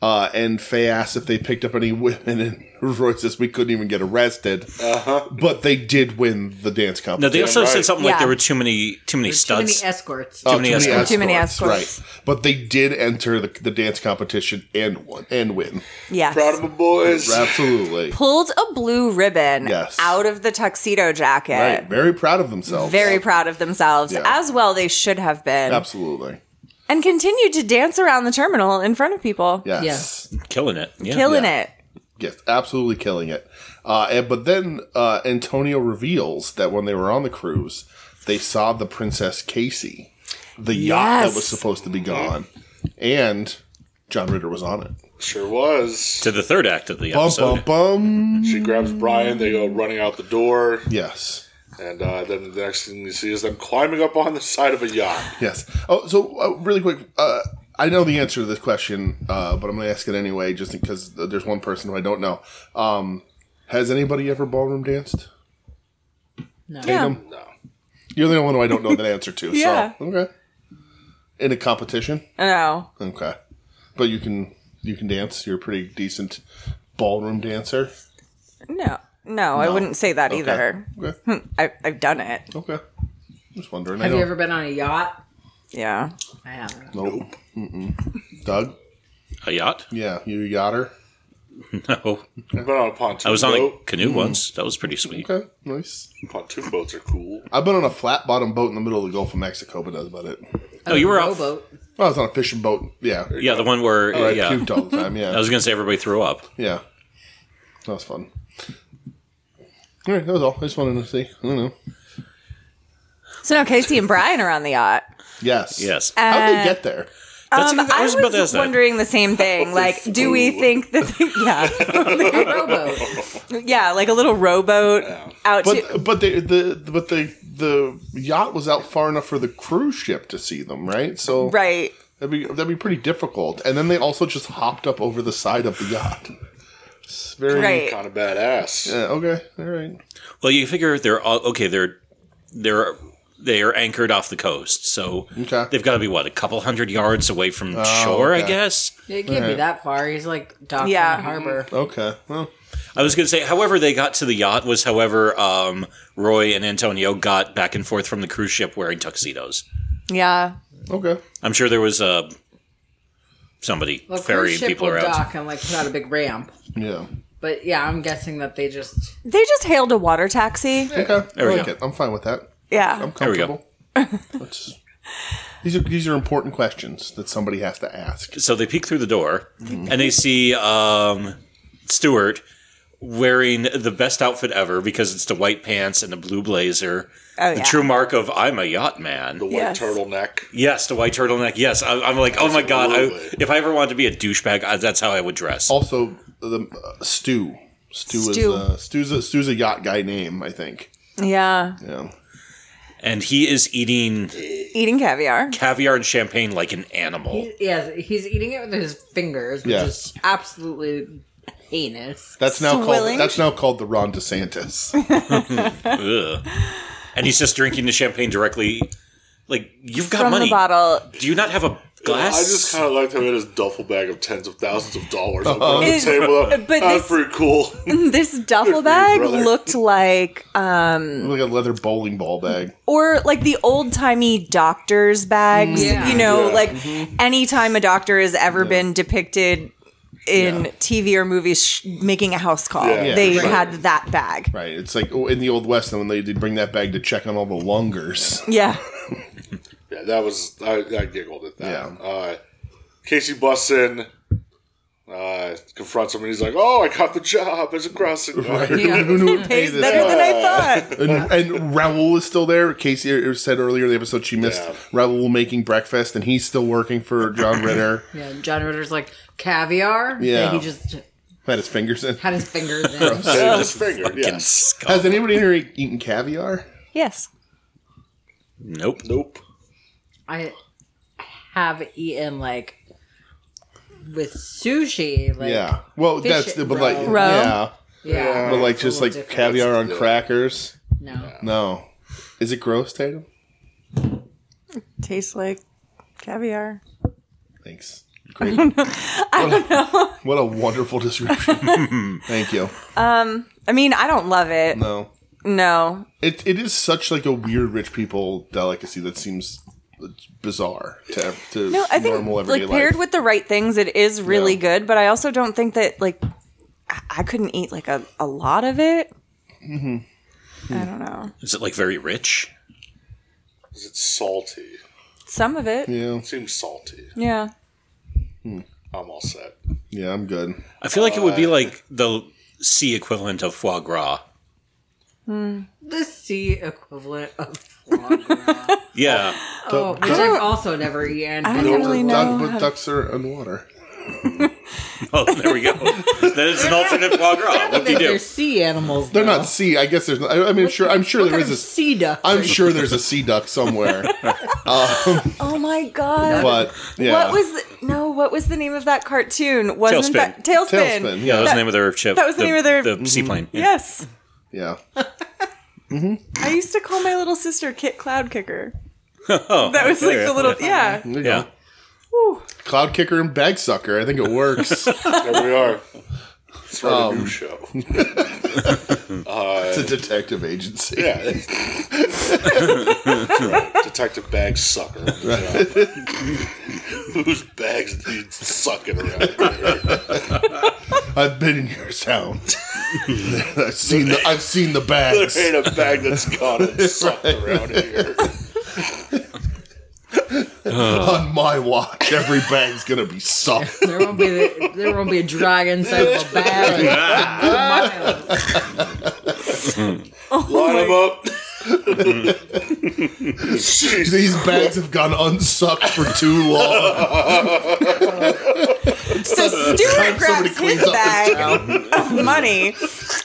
Speaker 4: Uh, and Faye asks if they picked up any women, and [laughs] Roy says we couldn't even get arrested. Uh-huh. But they did win the dance
Speaker 1: No,
Speaker 4: competition.
Speaker 1: Uh, they also
Speaker 2: right.
Speaker 1: said something like
Speaker 3: Yeah.
Speaker 1: there were too many too many
Speaker 5: Too many
Speaker 1: studs.
Speaker 5: escorts.
Speaker 1: Too
Speaker 4: Oh,
Speaker 1: many escorts.
Speaker 3: Too many escorts.
Speaker 4: Right. But they did enter the, the dance competition and won and win.
Speaker 3: Yes.
Speaker 2: Proud of my boys.
Speaker 4: Absolutely.
Speaker 3: Pulled a blue ribbon
Speaker 4: Yes.
Speaker 3: out of the tuxedo jacket.
Speaker 4: Right. Very proud of themselves.
Speaker 3: Very proud of themselves,
Speaker 4: Yeah.
Speaker 3: as well they should have been,
Speaker 4: Absolutely.
Speaker 3: and continued to dance around the terminal in front of people,
Speaker 4: Yes.
Speaker 5: Yes.
Speaker 1: Killing it. Yeah.
Speaker 3: killing
Speaker 4: Yeah.
Speaker 3: it.
Speaker 4: Yes, absolutely killing it. Uh, and, but then uh, Antonio reveals that when they were on the cruise, they saw the Princess Casey, the yacht that
Speaker 3: Yes.
Speaker 4: was supposed to be gone, and John Ritter was on it.
Speaker 2: Sure was.
Speaker 1: To the third act of the
Speaker 4: Bum
Speaker 1: episode.
Speaker 4: bum bum.
Speaker 2: She grabs Brian. They go running out the door,
Speaker 4: Yes,
Speaker 2: and uh, then the next thing you see is them climbing up on the side of a yacht.
Speaker 4: yes. Oh, so uh, really quick, uh, I know the answer to this question, uh, but I'm going to ask it anyway, just because there's one person who I don't know. Um, has anybody ever ballroom danced?
Speaker 3: Yeah.
Speaker 2: No,
Speaker 4: You're the only one who I don't know that answer to.
Speaker 3: [laughs] Yeah.
Speaker 4: So okay. In a competition.
Speaker 3: I know.
Speaker 4: Okay, but you can you can dance. You're a pretty decent ballroom dancer.
Speaker 3: No, no, I wouldn't say that either. Hmm.
Speaker 4: Okay,
Speaker 3: I, I've done it.
Speaker 4: okay. Just wondering.
Speaker 5: Have
Speaker 4: I
Speaker 5: you
Speaker 4: don't-
Speaker 5: ever been on a yacht?
Speaker 3: Yeah.
Speaker 5: I haven't.
Speaker 4: Nope. Mm-mm. Doug.
Speaker 1: A yacht?
Speaker 4: Yeah, you got her.
Speaker 1: [laughs] No.
Speaker 2: I've been on a pontoon
Speaker 1: I was on a
Speaker 2: boat.
Speaker 1: canoe
Speaker 4: Mm-hmm.
Speaker 1: once. That was pretty sweet.
Speaker 4: Okay, nice.
Speaker 2: pontoon boats are cool.
Speaker 4: I've been on a flat bottom boat in the middle of the Gulf of Mexico, but that's about it.
Speaker 1: No, Oh, you were off.
Speaker 5: Rowboat.
Speaker 4: Well, I was on a fishing boat. Yeah,
Speaker 1: Yeah, the one where
Speaker 4: I
Speaker 1: yeah.
Speaker 4: puked all the time.
Speaker 1: I [laughs]
Speaker 4: Yeah,
Speaker 1: was gonna say everybody threw up.
Speaker 4: yeah. That was fun. All right, that was all. I just wanted to see. I don't know.
Speaker 3: So now Casey and Brian are on the yacht.
Speaker 4: Yes.
Speaker 1: Yes.
Speaker 4: How did
Speaker 3: Uh,
Speaker 4: they get there?
Speaker 1: That's
Speaker 3: Um,
Speaker 1: I
Speaker 3: I
Speaker 1: was about to ask
Speaker 3: was
Speaker 1: that.
Speaker 3: wondering the same thing. Like, do we think that? They,
Speaker 5: Rowboat.
Speaker 3: [laughs] yeah, yeah, like a little rowboat out to.
Speaker 4: But but they, the but the the yacht was out far enough for the cruise ship to see them, right? So
Speaker 3: Right.
Speaker 4: that'd be that'd be pretty difficult. And then they also just hopped up over the side of the yacht. It's very
Speaker 3: Right.
Speaker 2: Kind of badass.
Speaker 4: Yeah, okay, all right.
Speaker 1: Well, you figure they're all okay. They're they're they are anchored off the coast, so
Speaker 4: Okay. Oh,
Speaker 1: they've got to be what a couple hundred yards away from shore, I
Speaker 4: okay.
Speaker 1: guess.
Speaker 5: It can't be that far. He's like docking
Speaker 3: Yeah.
Speaker 5: harbor.
Speaker 4: Okay. Well,
Speaker 1: I was going to say, however, they got to the yacht was however um, Roy and Antonio got back and forth from the cruise ship wearing tuxedos.
Speaker 3: Yeah.
Speaker 4: okay.
Speaker 1: I'm sure there was uh, somebody
Speaker 5: Well,
Speaker 1: ferrying
Speaker 5: cruise ship
Speaker 1: people
Speaker 5: will
Speaker 1: around.
Speaker 5: dock and like put out a big ramp.
Speaker 4: Yeah.
Speaker 5: But yeah, I'm guessing that they just
Speaker 3: They just hailed a water taxi.
Speaker 4: Okay.
Speaker 1: There we
Speaker 4: I like
Speaker 1: go.
Speaker 4: it. I'm fine with that.
Speaker 3: Yeah.
Speaker 4: I'm
Speaker 1: There we go.
Speaker 4: comfortable. Let's- [laughs] these are these are important questions that somebody has to ask.
Speaker 1: So they peek through the door and they see um, Stuart wearing the best outfit ever because it's the white pants and the blue blazer.
Speaker 3: Oh,
Speaker 1: the
Speaker 3: yeah.
Speaker 1: true mark of I'm a yacht man.
Speaker 2: The white
Speaker 3: Yes.
Speaker 2: turtleneck.
Speaker 1: Yes, the white turtleneck. Yes, I, I'm like, oh my god! I,
Speaker 2: Absolutely.
Speaker 1: if I ever wanted to be a douchebag, I, that's how I would dress.
Speaker 4: Also, the uh, Stu. Stu,
Speaker 3: Stu.
Speaker 4: is uh, Stu's a, Stu's a yacht guy name, I think.
Speaker 3: Yeah.
Speaker 4: Yeah.
Speaker 1: And he is eating
Speaker 3: Eating caviar.
Speaker 1: caviar and champagne like an animal.
Speaker 5: yeah he's eating it with his fingers, which
Speaker 4: Yes.
Speaker 5: is absolutely
Speaker 4: [laughs]
Speaker 5: heinous.
Speaker 4: That's now
Speaker 3: Swilling?
Speaker 4: called that's now called the Ron DeSantis.
Speaker 1: Ugh. And he's just drinking the champagne directly. Like you've got
Speaker 3: From
Speaker 1: money.
Speaker 3: the bottle. [laughs]
Speaker 1: Do you not have a glass?
Speaker 2: I just kind of liked him in his duffel bag of tens of thousands of dollars up
Speaker 4: Uh-huh.
Speaker 2: on the
Speaker 3: Is-
Speaker 2: table.
Speaker 3: but this-
Speaker 2: That's pretty cool.
Speaker 3: This duffel
Speaker 2: you,
Speaker 3: bag
Speaker 2: brother.
Speaker 3: looked like, uh,
Speaker 4: like a leather bowling ball bag.
Speaker 3: or like the old timey doctor's bags.
Speaker 5: Yeah.
Speaker 3: You know,
Speaker 2: Yeah.
Speaker 3: like
Speaker 4: Mm-hmm.
Speaker 3: anytime a doctor has ever been depicted in
Speaker 4: Yeah.
Speaker 3: TV or movies sh- making a house call,
Speaker 2: Yeah. Yeah,
Speaker 3: they
Speaker 4: right.
Speaker 3: had that bag.
Speaker 4: Right. It's like oh, in the old west when they did bring that bag to check on all the
Speaker 3: [laughs]
Speaker 4: lungers.
Speaker 3: Yeah.
Speaker 2: yeah, that was I, I giggled at that.
Speaker 4: Yeah.
Speaker 2: Uh, Casey busts in, uh, confronts him, and he's like, "Oh, I got the job as a crossing guard." [laughs]
Speaker 4: Who knew would pay
Speaker 3: Pays
Speaker 4: this?
Speaker 3: better than
Speaker 4: [laughs]
Speaker 3: I thought.
Speaker 4: and, and Raul is still there. Casey er, said earlier in the episode she missed
Speaker 2: Yeah.
Speaker 4: Raul making breakfast, and he's still working for John Ritter.
Speaker 5: Yeah, and John Ritter's like caviar.
Speaker 4: Yeah.
Speaker 5: he just
Speaker 4: Had his fingers in.
Speaker 5: had his fingers in.
Speaker 2: Save his finger.
Speaker 1: Fucking
Speaker 2: Yes.
Speaker 1: scum.
Speaker 4: Has anybody in here e- eaten caviar?
Speaker 3: Yes.
Speaker 1: Nope.
Speaker 2: Nope.
Speaker 5: I have eaten like with sushi. Like,
Speaker 4: Yeah. Well,
Speaker 5: Fish
Speaker 4: that's
Speaker 5: it,
Speaker 4: but like
Speaker 5: bro.
Speaker 3: Roe?
Speaker 4: yeah.
Speaker 5: Yeah.
Speaker 4: But like
Speaker 5: it's a
Speaker 4: just like
Speaker 5: little different.
Speaker 4: caviar on crackers.
Speaker 5: No.
Speaker 4: No. Is it gross, Tatum?
Speaker 3: Tastes like caviar.
Speaker 4: Thanks. Great. [laughs] What a, what a wonderful description. [laughs] Thank you.
Speaker 3: I mean, I don't love it.
Speaker 4: No.
Speaker 3: No.
Speaker 4: It it is such like a weird rich people delicacy that seems bizarre to ev- to
Speaker 3: No, I think
Speaker 4: normal everyday
Speaker 3: like paired
Speaker 4: life.
Speaker 3: with the right things, it is really
Speaker 4: Yeah.
Speaker 3: good. But I also don't think that like I, I couldn't eat like a, a lot of it.
Speaker 4: Mm-hmm.
Speaker 3: I don't know.
Speaker 1: Is it like very rich?
Speaker 2: Is it salty?
Speaker 3: Some of it, yeah.
Speaker 4: yeah,
Speaker 2: It seems salty. I'm all set.
Speaker 4: yeah, I'm good.
Speaker 1: I feel like it would be like the C equivalent of foie gras.
Speaker 5: The sea equivalent of foie gras.
Speaker 3: [laughs]
Speaker 1: Yeah.
Speaker 5: [laughs] oh, which I've also never eaten.
Speaker 3: I don't really
Speaker 4: Duck,
Speaker 3: know.
Speaker 4: but ducks are in water.
Speaker 1: Oh, there we go. then it's an alternate foie gras. What do you do?
Speaker 5: They're sea animals.
Speaker 3: Oh.
Speaker 4: They're not sea. I guess there's. No, I, I mean, sure. I'm sure there
Speaker 5: kind
Speaker 4: is
Speaker 5: of
Speaker 4: a.
Speaker 5: sea duck.
Speaker 4: am sure there's a sea duck
Speaker 3: [laughs]
Speaker 4: somewhere.
Speaker 3: oh my god!
Speaker 4: But yeah,
Speaker 3: What was the, no? What was the name of that cartoon? Wasn't
Speaker 1: Tailspin.
Speaker 3: that Tailspin?
Speaker 4: Tailspin,
Speaker 1: Yeah, that was
Speaker 3: That-
Speaker 1: the name of their ship.
Speaker 3: that was the name of their-
Speaker 1: the seaplane. Yeah.
Speaker 3: Yes,
Speaker 4: yeah.
Speaker 3: I used to call my little sister Kit Cloud Kicker. That was like the little
Speaker 4: [laughs]
Speaker 3: yeah.
Speaker 4: There Oh, you go.
Speaker 1: Yeah.
Speaker 4: Cloud kicker and bag sucker. I think it [laughs] works.
Speaker 2: There we are. It's right a new show.
Speaker 4: it's a detective agency.
Speaker 2: Yeah. Right. Detective Bag Sucker. you know. Whose bags need sucking around here?
Speaker 4: I've been in your town. [laughs] I've seen the I've seen the bags.
Speaker 2: There ain't a bag that's gone and sucked around here.
Speaker 4: On my watch, every bag's gonna be soft.
Speaker 5: [laughs] There won't be the, there won't be a drag inside of a bag. Miles.
Speaker 2: Line them up. Jeez.
Speaker 4: These bags have gone unsucked for too long.
Speaker 3: So Stuart
Speaker 4: Somebody
Speaker 3: grabs
Speaker 4: cleans
Speaker 3: his
Speaker 4: up this
Speaker 3: bag
Speaker 4: town.
Speaker 3: of money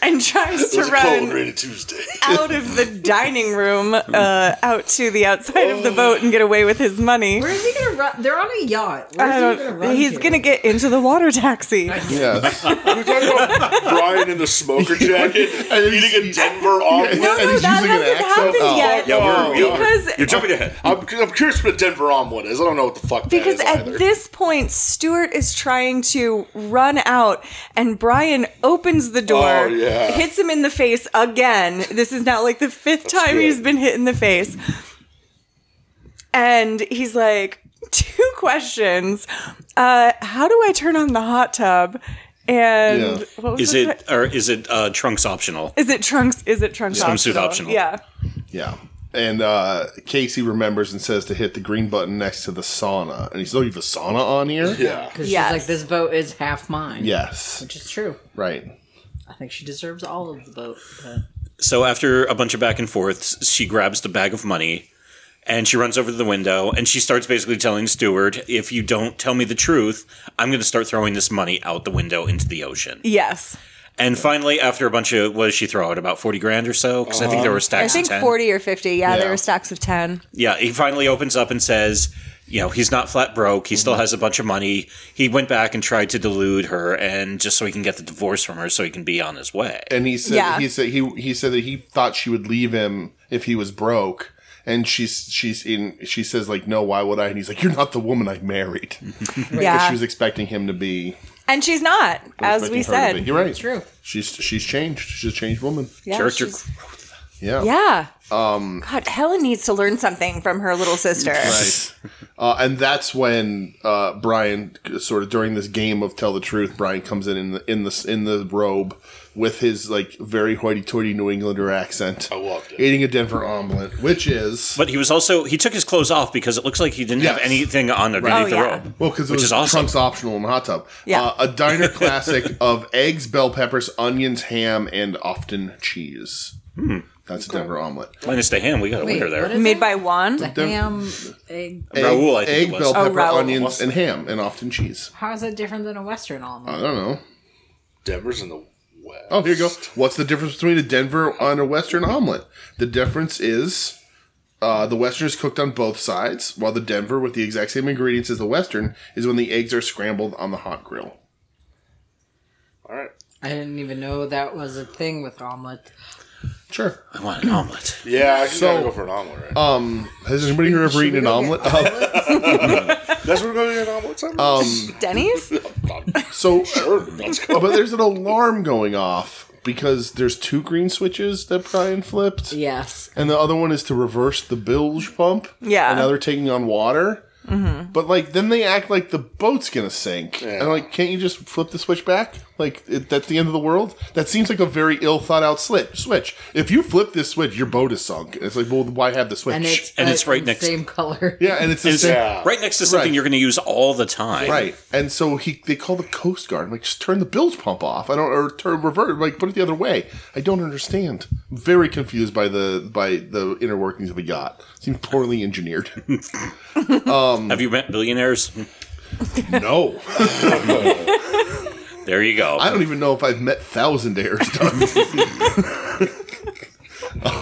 Speaker 3: and tries to
Speaker 2: It's a cold
Speaker 3: run
Speaker 2: rainy Tuesday.
Speaker 3: out of the dining room, uh, out to the outside of
Speaker 4: Oh.
Speaker 3: the boat and get away with his money.
Speaker 5: Where is he gonna run? They're on a yacht.
Speaker 3: I
Speaker 5: Where is he gonna
Speaker 3: don't,
Speaker 5: run?
Speaker 3: he's
Speaker 5: to?
Speaker 3: gonna get into the water taxi.
Speaker 4: Yes.
Speaker 2: We're talking about Brian in the smoker jacket eating a Denver omelet.
Speaker 3: No,
Speaker 4: And
Speaker 3: no,
Speaker 4: he's
Speaker 3: that
Speaker 4: using an
Speaker 3: hasn't
Speaker 4: accent?
Speaker 3: happened
Speaker 4: Oh.
Speaker 3: yet.
Speaker 1: Yeah, we're, we are.
Speaker 3: Because-
Speaker 1: You're jumping ahead.
Speaker 2: I'm, I'm curious what a Denver omelet is. I don't know what the fuck that
Speaker 3: Because
Speaker 2: is
Speaker 3: at
Speaker 2: either.
Speaker 3: this point, Stuart is trying to run out, and Brian opens the door,
Speaker 2: Oh, yeah.
Speaker 3: hits him in the face again. This is now like the fifth time
Speaker 2: good.
Speaker 3: he's been hit in the face. And he's like, Two [laughs] questions. Uh, how do I turn on the hot tub? And
Speaker 4: Yeah.
Speaker 3: what was
Speaker 1: Is
Speaker 3: the
Speaker 1: it or is it uh, trunks optional?
Speaker 3: Is it trunks? Is it trunks?
Speaker 1: Swimsuit
Speaker 3: optional?
Speaker 1: optional.
Speaker 3: Yeah.
Speaker 4: Yeah. And uh, Casey remembers and says to hit the green button next to the sauna. And he's like, you have a sauna on here?
Speaker 2: yeah.
Speaker 5: 'Cause
Speaker 3: Yes.
Speaker 5: she's like this boat is half mine.
Speaker 4: Yes.
Speaker 5: which is true.
Speaker 4: Right.
Speaker 5: I think she deserves all of the boat. But
Speaker 1: So after a bunch of back and forths, she grabs the bag of money and she runs over to the window and she starts basically telling Stewart, if you don't tell me the truth, I'm going to start throwing this money out the window into the ocean.
Speaker 3: Yes.
Speaker 1: And finally, after a bunch of, what did she throw out? About 40 grand or so? Because I think there were
Speaker 3: I
Speaker 1: stacks
Speaker 3: think
Speaker 1: of 10.
Speaker 3: 40 or 50. Yeah,
Speaker 4: Yeah.
Speaker 3: there were stacks of 10.
Speaker 1: Yeah, he finally opens up and says, you know, he's not flat broke. He still has a bunch of money. He went back and tried to delude her and just so he can get the divorce from her so he can be on his way.
Speaker 4: And he said
Speaker 3: Yeah.
Speaker 4: he said he he said that he thought she would leave him if he was broke. And she's she's in she says like no why would I and he's like you're not the woman I married.
Speaker 3: Yeah.
Speaker 4: She was expecting him to be
Speaker 3: and she's not, Uh, as we
Speaker 4: expecting her to be-
Speaker 3: said.
Speaker 4: You're right.
Speaker 5: true.
Speaker 4: She's she's changed. She's a changed woman.
Speaker 3: Yeah,
Speaker 1: Character
Speaker 3: she's-
Speaker 4: Yeah.
Speaker 3: Yeah. Um, God, Helen needs to learn something from her little sister.
Speaker 4: Right. Uh, and that's when uh, Brian, sort of during this game of tell the truth, Brian comes in in the in the in the robe with his like very hoity-toity New Englander accent. I
Speaker 2: loved it.
Speaker 4: Eating a Denver omelet, which is
Speaker 1: But he was also, he took his clothes off because it looks like he didn't have
Speaker 4: Yes.
Speaker 1: anything on underneath
Speaker 3: Oh,
Speaker 1: the
Speaker 3: yeah.
Speaker 1: robe.
Speaker 4: well because it
Speaker 1: which
Speaker 4: was
Speaker 1: is awesome.
Speaker 4: trunks optional in the hot tub.
Speaker 3: Yeah.
Speaker 4: Uh, a diner
Speaker 3: [laughs]
Speaker 4: classic of eggs, bell peppers, onions, ham, and often cheese. That's a Denver omelet.
Speaker 1: Minus the ham, we got a winner
Speaker 5: what
Speaker 1: there.
Speaker 5: is
Speaker 3: Made
Speaker 5: it?
Speaker 3: by Juan.
Speaker 5: [laughs] the ham egg.
Speaker 4: Egg,
Speaker 1: Raoul, I think
Speaker 4: egg,
Speaker 1: it was.
Speaker 4: bell
Speaker 3: Oh,
Speaker 4: pepper,
Speaker 3: Raoul.
Speaker 4: onions, and ham, and often cheese.
Speaker 5: How is that different than a Western omelet?
Speaker 4: I don't know.
Speaker 2: Denver's in the west.
Speaker 4: Oh, here you go. What's the difference between a Denver and a Western omelet? The difference is uh, the Western is cooked on both sides, while the Denver, with the exact same ingredients as the Western, is when the eggs are scrambled on the hot grill.
Speaker 2: All right.
Speaker 5: I didn't even know that was a thing with omelets.
Speaker 4: Sure.
Speaker 1: I want an omelet.
Speaker 2: Yeah, I can
Speaker 4: So-
Speaker 2: go for an omelet. Right?
Speaker 4: Has anybody here ever eaten an omelet?
Speaker 2: That's what we're going to get an omelet. Um, [laughs]
Speaker 3: Denny's?
Speaker 4: [laughs] so,
Speaker 2: sure, let's
Speaker 4: Oh,
Speaker 2: go.
Speaker 4: but there's an alarm going off because there's two green switches that Brian flipped,
Speaker 5: yes.
Speaker 4: and the other one is to reverse the bilge pump.
Speaker 3: Yeah.
Speaker 4: and now they're taking on water.
Speaker 5: Mm-hmm.
Speaker 4: But like, then they act like the boat's gonna sink, and like, can't you just flip the switch back? Like, it, that's the end of the world. That seems like a very ill thought out slit switch. If you flip this switch, your boat is sunk. It's like, well, why have the switch?
Speaker 5: And it's
Speaker 1: And
Speaker 5: uh,
Speaker 1: it's right
Speaker 5: the
Speaker 1: next-
Speaker 5: same color.
Speaker 4: yeah, and it's the
Speaker 1: It's
Speaker 4: same.
Speaker 2: Yeah.
Speaker 1: right next to something
Speaker 4: Right.
Speaker 1: you're going to use all the time.
Speaker 4: Right, and so he they call the Coast Guard. I'm like, just turn the bilge pump off. I don't, or turn revert, like put it the other way. I don't understand. I'm very confused by the by the inner workings of a yacht. Seems poorly engineered. [laughs]
Speaker 1: Have you met billionaires? Hmm.
Speaker 4: no,
Speaker 1: There you go.
Speaker 4: I don't even know if I've met thousandaires.
Speaker 2: [laughs]
Speaker 4: Done.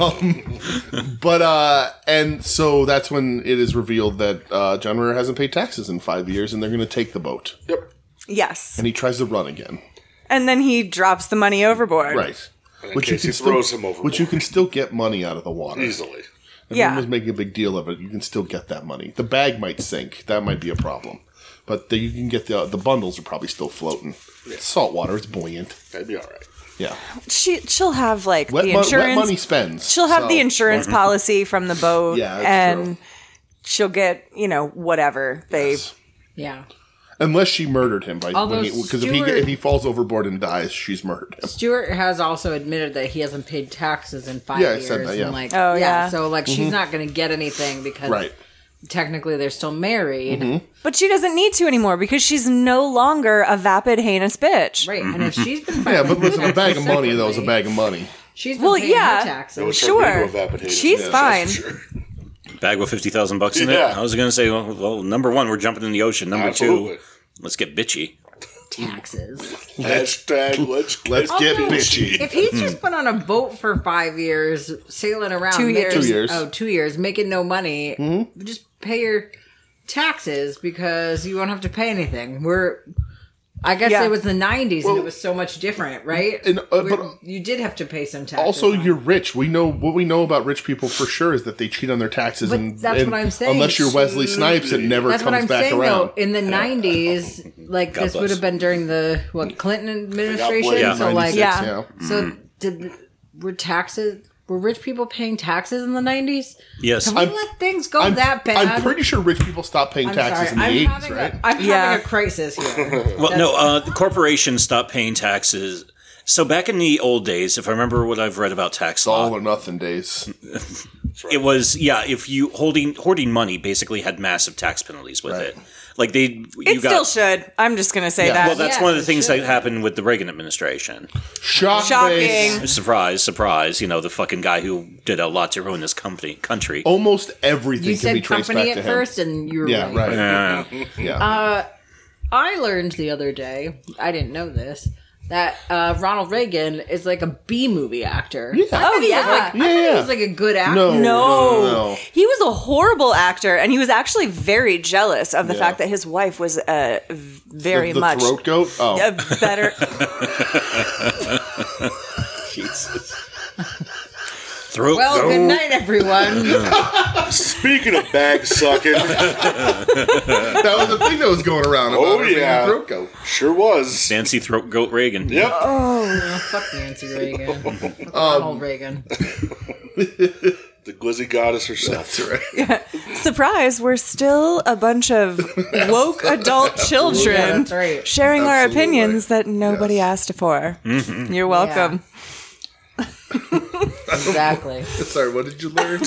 Speaker 4: um, but uh, and so that's when it is revealed that uh, John Ritter hasn't paid taxes in five years, and they're going to take the boat.
Speaker 2: Yep.
Speaker 3: Yes.
Speaker 4: And he tries to run again.
Speaker 3: And then he drops the money overboard.
Speaker 4: Right.
Speaker 2: in case he throws him overboard.
Speaker 4: Which you can still get money out of the water.
Speaker 2: Easily.
Speaker 3: Yeah.
Speaker 4: Everyone was making a big deal of it. You can still get that money. The bag might sink. That might be a problem. But the, you can get the the bundles are probably still floating. It's salt water. It's buoyant.
Speaker 2: That'd be all right.
Speaker 4: Yeah.
Speaker 3: She, she'll have like
Speaker 4: Wet,
Speaker 3: the
Speaker 4: mon- wet
Speaker 3: insurance.
Speaker 4: money spends.
Speaker 3: she'll have
Speaker 4: so-
Speaker 3: the
Speaker 4: [laughs]
Speaker 3: insurance policy from the boat.
Speaker 4: Yeah, that's
Speaker 3: and
Speaker 4: true.
Speaker 3: she'll get, you know, whatever they.
Speaker 5: [laughs] Yeah.
Speaker 4: Unless she murdered him by
Speaker 5: Although
Speaker 4: because if he
Speaker 5: Stewart-
Speaker 4: if he falls overboard and dies, she's murdered
Speaker 5: [laughs]
Speaker 4: him.
Speaker 5: Stewart has also admitted that he hasn't paid taxes in five
Speaker 4: Yeah, I
Speaker 5: years.
Speaker 4: said that, yeah. Mm-hmm.
Speaker 5: And like,
Speaker 3: Oh,
Speaker 5: yeah,
Speaker 3: yeah.
Speaker 5: So like, she's not going to get anything because
Speaker 4: Right. Mm-hmm.
Speaker 5: technically they're still married,
Speaker 3: But she doesn't need to anymore because she's no longer a vapid, heinous bitch.
Speaker 5: right? And if she's been
Speaker 4: [laughs] Yeah, but listen, a
Speaker 5: [laughs]
Speaker 4: bag of money though is a
Speaker 5: separately,
Speaker 4: bag of money.
Speaker 5: She's been
Speaker 3: Well,
Speaker 5: paying her
Speaker 3: yeah.
Speaker 5: taxes.
Speaker 2: It would turn
Speaker 3: Sure.
Speaker 2: me into a vapid hater.
Speaker 3: She's
Speaker 2: Yeah,
Speaker 3: fine.
Speaker 2: that's for sure.
Speaker 1: Bag with 50,000 bucks in
Speaker 2: Yeah.
Speaker 1: it. I was going to say, well, well, number one, we're jumping in the ocean. Number
Speaker 2: Absolutely.
Speaker 1: two, let's get bitchy.
Speaker 5: taxes.
Speaker 2: Hashtag let's get
Speaker 4: Let's get
Speaker 5: Also,
Speaker 4: bitchy.
Speaker 5: If he's
Speaker 4: Hmm.
Speaker 5: just been on a boat for five years, sailing around,
Speaker 3: Two years.
Speaker 5: making-
Speaker 4: Two years. Hmm?
Speaker 5: oh, two years, making no money, just pay your taxes because you won't have to pay anything. We're, I guess
Speaker 3: Yeah.
Speaker 5: it was the '90s and it was so much different, right?
Speaker 4: and, uh,
Speaker 5: Where
Speaker 4: but-
Speaker 5: you did have to pay some taxes.
Speaker 4: Also,
Speaker 5: on it.
Speaker 4: you're rich. We know what we know about rich people for sure is that they cheat on their taxes.
Speaker 5: But
Speaker 4: and
Speaker 5: that's
Speaker 4: and
Speaker 5: what I'm saying. Mm.
Speaker 4: Unless you're Wesley Snipes, it never
Speaker 5: That's what
Speaker 4: comes
Speaker 5: I'm
Speaker 4: back
Speaker 5: saying
Speaker 4: around.
Speaker 5: though. In the '90s, like this
Speaker 1: bless.
Speaker 5: would have been during the what Clinton administration,
Speaker 2: Yeah.
Speaker 5: so like
Speaker 4: 96,
Speaker 3: Yeah.
Speaker 5: So
Speaker 4: Hmm.
Speaker 5: did were taxes were rich people paying taxes in the nineties?
Speaker 1: Yes.
Speaker 5: Can we let things go
Speaker 4: I'm,
Speaker 5: that bad?
Speaker 4: I'm pretty sure rich people stopped paying
Speaker 5: I'm
Speaker 4: taxes
Speaker 5: sorry.
Speaker 4: in the
Speaker 5: I'm
Speaker 4: 80s,
Speaker 5: having
Speaker 4: right?
Speaker 5: a, I'm
Speaker 3: Yeah.
Speaker 5: having a crisis
Speaker 4: [laughs]
Speaker 5: here.
Speaker 1: Well, no, uh, the corporations stopped paying taxes. So back in the old days, if I remember what I've read about tax law,
Speaker 4: All or nothing days.
Speaker 1: it was yeah, if you holding hoarding money basically had massive tax penalties with
Speaker 4: Right.
Speaker 1: it. Like they,
Speaker 3: It
Speaker 1: you
Speaker 3: still
Speaker 1: got.
Speaker 3: should. I'm just going to say
Speaker 4: Yeah.
Speaker 3: that.
Speaker 1: well, that's
Speaker 5: Yeah,
Speaker 1: one of the
Speaker 5: it
Speaker 1: things
Speaker 5: should.
Speaker 1: that happened with the Reagan administration.
Speaker 4: Shock
Speaker 3: Shocking.
Speaker 4: Shocking.
Speaker 1: Surprise, surprise! You know the fucking guy who did a lot to ruin this company country.
Speaker 4: Almost everything
Speaker 5: You
Speaker 4: can be
Speaker 5: said
Speaker 4: traced
Speaker 5: company
Speaker 4: back to
Speaker 5: at
Speaker 4: him.
Speaker 5: first, Um, and you were
Speaker 4: Yeah,
Speaker 5: right.
Speaker 1: Uh,
Speaker 4: right. Yeah.
Speaker 5: I learned the other day. I didn't know this. That uh, Ronald Reagan is like a B movie actor. I thought
Speaker 3: Oh,
Speaker 5: he was
Speaker 3: yeah.
Speaker 5: like, I thought
Speaker 4: Yeah.
Speaker 5: he was like a good actor.
Speaker 4: no, no,
Speaker 3: No.
Speaker 4: no, no.
Speaker 3: He was a horrible actor, and he was actually very jealous of the
Speaker 4: Yeah.
Speaker 3: fact that his wife was uh, v- very
Speaker 4: The, the
Speaker 3: much
Speaker 4: throat goat? Oh.
Speaker 3: a
Speaker 4: [laughs]
Speaker 3: better.
Speaker 1: throat
Speaker 5: Well,
Speaker 1: goat.
Speaker 5: good
Speaker 4: [laughs]
Speaker 5: night, everyone.
Speaker 2: Speaking of bag sucking,
Speaker 4: that was
Speaker 3: [laughs]
Speaker 4: the thing that was going around about
Speaker 2: Oh,
Speaker 4: her being
Speaker 2: yeah.
Speaker 4: a throat goat. [laughs]
Speaker 2: sure was.
Speaker 1: Nancy Throat Goat Reagan.
Speaker 5: [laughs]
Speaker 2: Yep.
Speaker 5: Fuck Nancy
Speaker 4: [laughs]
Speaker 5: Reagan.
Speaker 4: Um,
Speaker 5: Ronald Reagan.
Speaker 2: The glizzy goddess herself.
Speaker 3: Surprise, we're still a
Speaker 4: [laughs]
Speaker 3: bunch of woke adult children
Speaker 5: That's right.
Speaker 3: sharing our
Speaker 4: Absolutely. Mm-hmm.
Speaker 3: opinions that nobody asked for. You're welcome.
Speaker 5: Exactly.
Speaker 4: Sorry, what did you learn?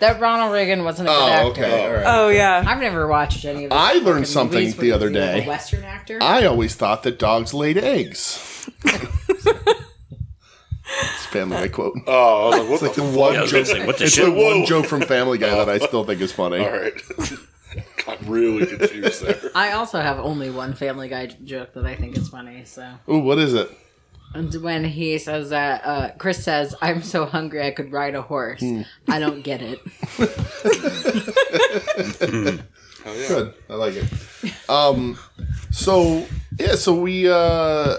Speaker 5: That Ronald Reagan wasn't a good
Speaker 4: oh,
Speaker 5: actor.
Speaker 4: okay. All right.
Speaker 3: Oh, yeah.
Speaker 5: I've never watched any of this.
Speaker 4: I learned something the other day.
Speaker 5: A Western actor?
Speaker 4: I always thought that dogs laid
Speaker 3: [laughs]
Speaker 4: eggs. it's family, I quote.
Speaker 2: Oh, I was
Speaker 4: It's
Speaker 2: like, what
Speaker 4: like the
Speaker 2: the fuck?
Speaker 4: one
Speaker 1: Yeah, I was
Speaker 4: joke.
Speaker 1: gonna say, what the
Speaker 4: it's
Speaker 1: shit?
Speaker 4: the
Speaker 2: Whoa.
Speaker 4: one joke from Family Guy that I still think is funny.
Speaker 2: All right. [laughs] Got really confused there.
Speaker 5: I also have only one Family Guy joke that I think is funny. So
Speaker 4: Ooh, what is it?
Speaker 5: And when he says that, uh, Chris says, "I'm so hungry I could ride a horse."
Speaker 4: Hmm.
Speaker 5: I don't
Speaker 4: [laughs]
Speaker 5: get it.
Speaker 4: Good, I like it. Um, so yeah, so we uh,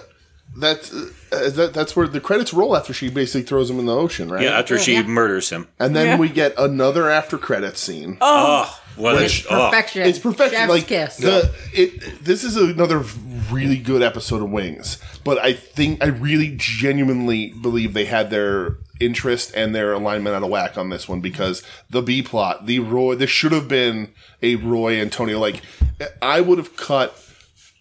Speaker 4: that's uh, that, that's where the credits roll after she basically throws him in the ocean, right?
Speaker 1: Yeah, after she
Speaker 5: yeah.
Speaker 1: murders him.
Speaker 4: And then
Speaker 3: Yeah.
Speaker 4: we get another after credit scene.
Speaker 1: Oh, what
Speaker 5: It's
Speaker 1: a, oh.
Speaker 5: perfection.
Speaker 4: It's perfection.
Speaker 5: Chef's
Speaker 4: like
Speaker 5: kiss.
Speaker 4: the it. This is another really good episode of Wings, but I think I really genuinely believe they had their interest and their alignment out of whack on this one because the B plot, the Roy, this should have been a Roy Antonio. Like I would have cut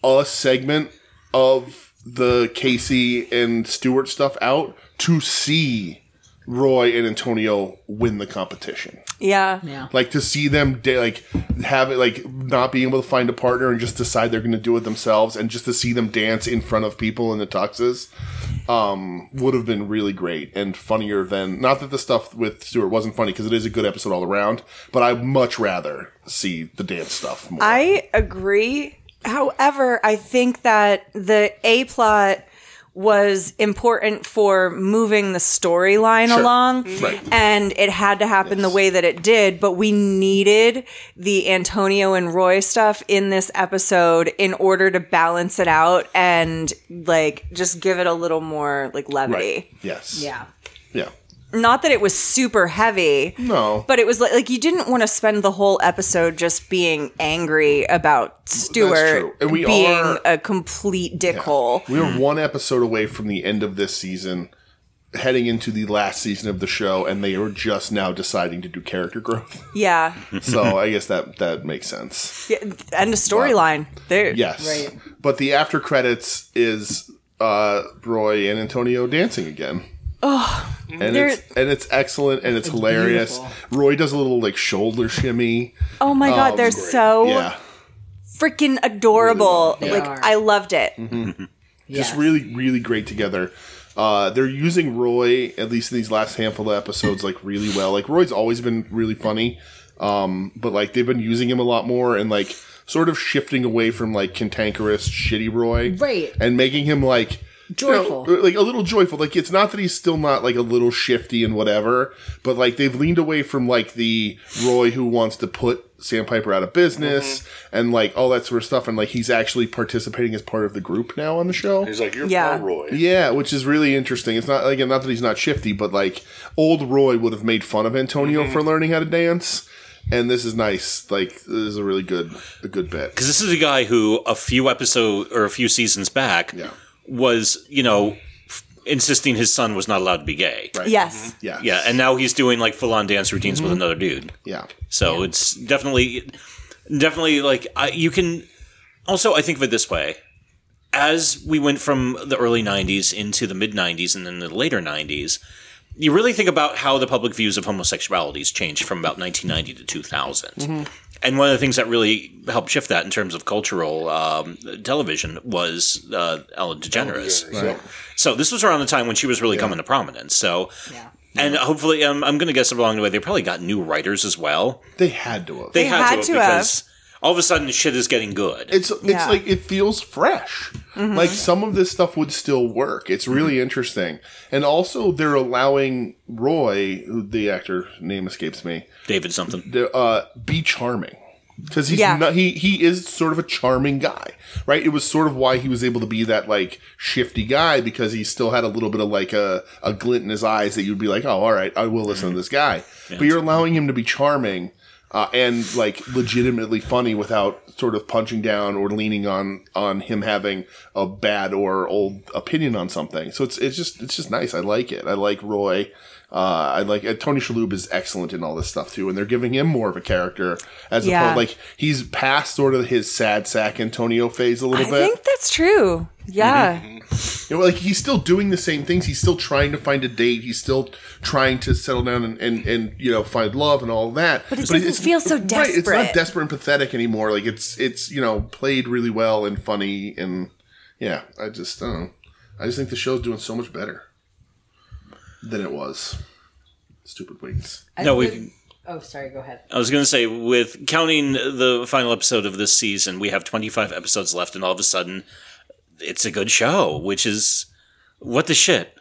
Speaker 4: a segment of the Casey and Stewart stuff out to see Roy and Antonio win the competition
Speaker 3: Yeah.
Speaker 5: yeah.
Speaker 4: like to see them da- like have it like not being able to find a partner and just decide they're going to do it themselves and just to see them dance in front of people in the tuxes um, would have been really great and funnier than not that the stuff with Stuart wasn't funny because it is a good episode all around but I much rather see the dance stuff more.
Speaker 3: I agree. However, I think that the A plot was important for moving the storyline
Speaker 4: Sure.
Speaker 3: along
Speaker 4: Right.
Speaker 3: and it had to happen the way that it did but we needed the Antonio and Roy stuff in this episode in order to balance it out and like just give it a little more like
Speaker 4: right
Speaker 3: levity
Speaker 4: yes
Speaker 5: Yeah.
Speaker 4: yeah
Speaker 3: not that it was super heavy
Speaker 4: no
Speaker 3: but it was like, like you didn't want to spend the whole episode just being angry about
Speaker 4: true.
Speaker 3: Stewart
Speaker 4: And we
Speaker 3: being
Speaker 4: are-
Speaker 3: a complete dickhole.
Speaker 4: We are one episode away from the end of this season, heading into the last season of the show, and they are just now deciding to do character growth. [laughs]
Speaker 3: Yeah.
Speaker 4: so I guess that that makes sense.
Speaker 3: yeah. End of storyline. There.
Speaker 4: Yes.
Speaker 5: Right.
Speaker 4: But the after credits is uh, Roy and Antonio dancing again. Oh, and it's and it's excellent and it's, hilarious.
Speaker 5: beautiful.
Speaker 4: Roy does a little like shoulder shimmy.
Speaker 3: Oh my God. they're so
Speaker 4: yeah,
Speaker 3: freaking adorable.
Speaker 5: They
Speaker 3: like,
Speaker 5: are.
Speaker 3: I loved it.
Speaker 4: Mm-hmm.
Speaker 5: Yes.
Speaker 4: just really really great together. Uh, they're using Roy at least in these last handful of episodes like really well. Like Roy's always been really funny, um, but like they've been using him a lot more and like sort of shifting away from like cantankerous shitty Roy,
Speaker 5: Right.
Speaker 4: and making him like you know, uh,
Speaker 5: Joyful.
Speaker 4: like a little joyful. Like it's not that he's still not like a little shifty and whatever, but like they've leaned away from like the Roy who wants to put Sandpiper out of business and like all that sort of stuff, and like he's actually participating as part of the group now on the show.
Speaker 2: He's like, you're
Speaker 3: Yeah.
Speaker 2: pro Roy.
Speaker 4: Yeah, which is really interesting. It's not like not that he's not shifty, but like old Roy would have made fun of Antonio for learning how to dance, and this is nice. Like this is a really good a good bit.
Speaker 1: Because this is a guy who a few episodes or a few seasons back
Speaker 4: Yeah.
Speaker 1: was, you know, f- insisting his son was not allowed to be gay. Right.
Speaker 3: Yes.
Speaker 4: Yeah,
Speaker 1: Yeah, and now he's doing like full on dance routines with another dude.
Speaker 4: yeah,
Speaker 1: So it's definitely, definitely like I, you can. Also, I think of it this way: as we went from the early '90s into the mid '90s and then the later '90s, you really think about how the public views of homosexuality has changed from about 1990 to 2000. And one of the things that really helped shift that in terms of cultural um, television was uh, Ellen DeGeneres.
Speaker 4: Right.
Speaker 1: So this was around the time when she was really coming to prominence. So,
Speaker 5: Yeah.
Speaker 1: and hopefully, um, I'm going to guess along the way they probably got new writers as well.
Speaker 4: they had to have.
Speaker 1: They,
Speaker 3: They
Speaker 1: had, to,
Speaker 3: had to
Speaker 1: because all of a sudden shit is getting good.
Speaker 4: it's it's
Speaker 3: Yeah.
Speaker 4: like it feels fresh. Like some of this stuff would still work. It's really interesting, and also they're allowing Roy, who the actor name escapes me,
Speaker 1: David something.
Speaker 4: to, uh, be charming because he's
Speaker 3: Yeah.
Speaker 4: not, he he is sort of a charming guy, right? It was sort of why he was able to be that like shifty guy because he still had a little bit of like a a glint in his eyes that you'd be like, oh, all right, I will listen to this guy. But you're allowing him to be charming. Uh, and like legitimately funny without sort of punching down or leaning on on him having a bad or old opinion on something. So it's it's just it's just nice. I like it. I like Roy. Uh, I like uh, Tony Shalhoub is excellent in all this stuff too, and they're giving him more of a character as
Speaker 3: Yeah.
Speaker 4: opposed like he's past sort of his sad sack Antonio phase a
Speaker 3: I
Speaker 4: little bit.
Speaker 3: think that's true. Yeah.
Speaker 4: Mm-hmm. You know, like he's still doing the same things. He's still trying to find a date. He's still trying to settle down and, and, and you know find love and all that. But
Speaker 3: it doesn't feel so
Speaker 4: Right, it's
Speaker 3: desperate.
Speaker 4: not desperate and pathetic anymore. Like it's it's you know played really well and funny and yeah. I just I don't know. I just think the show's doing so much better than it was. Stupid wings.
Speaker 5: I
Speaker 1: No,
Speaker 5: would-
Speaker 1: we-
Speaker 5: Oh, sorry. Go ahead.
Speaker 1: I was going to say, with counting the final episode of this season, we have 25 episodes left, and all of a sudden, it's a good show, which is what the shit.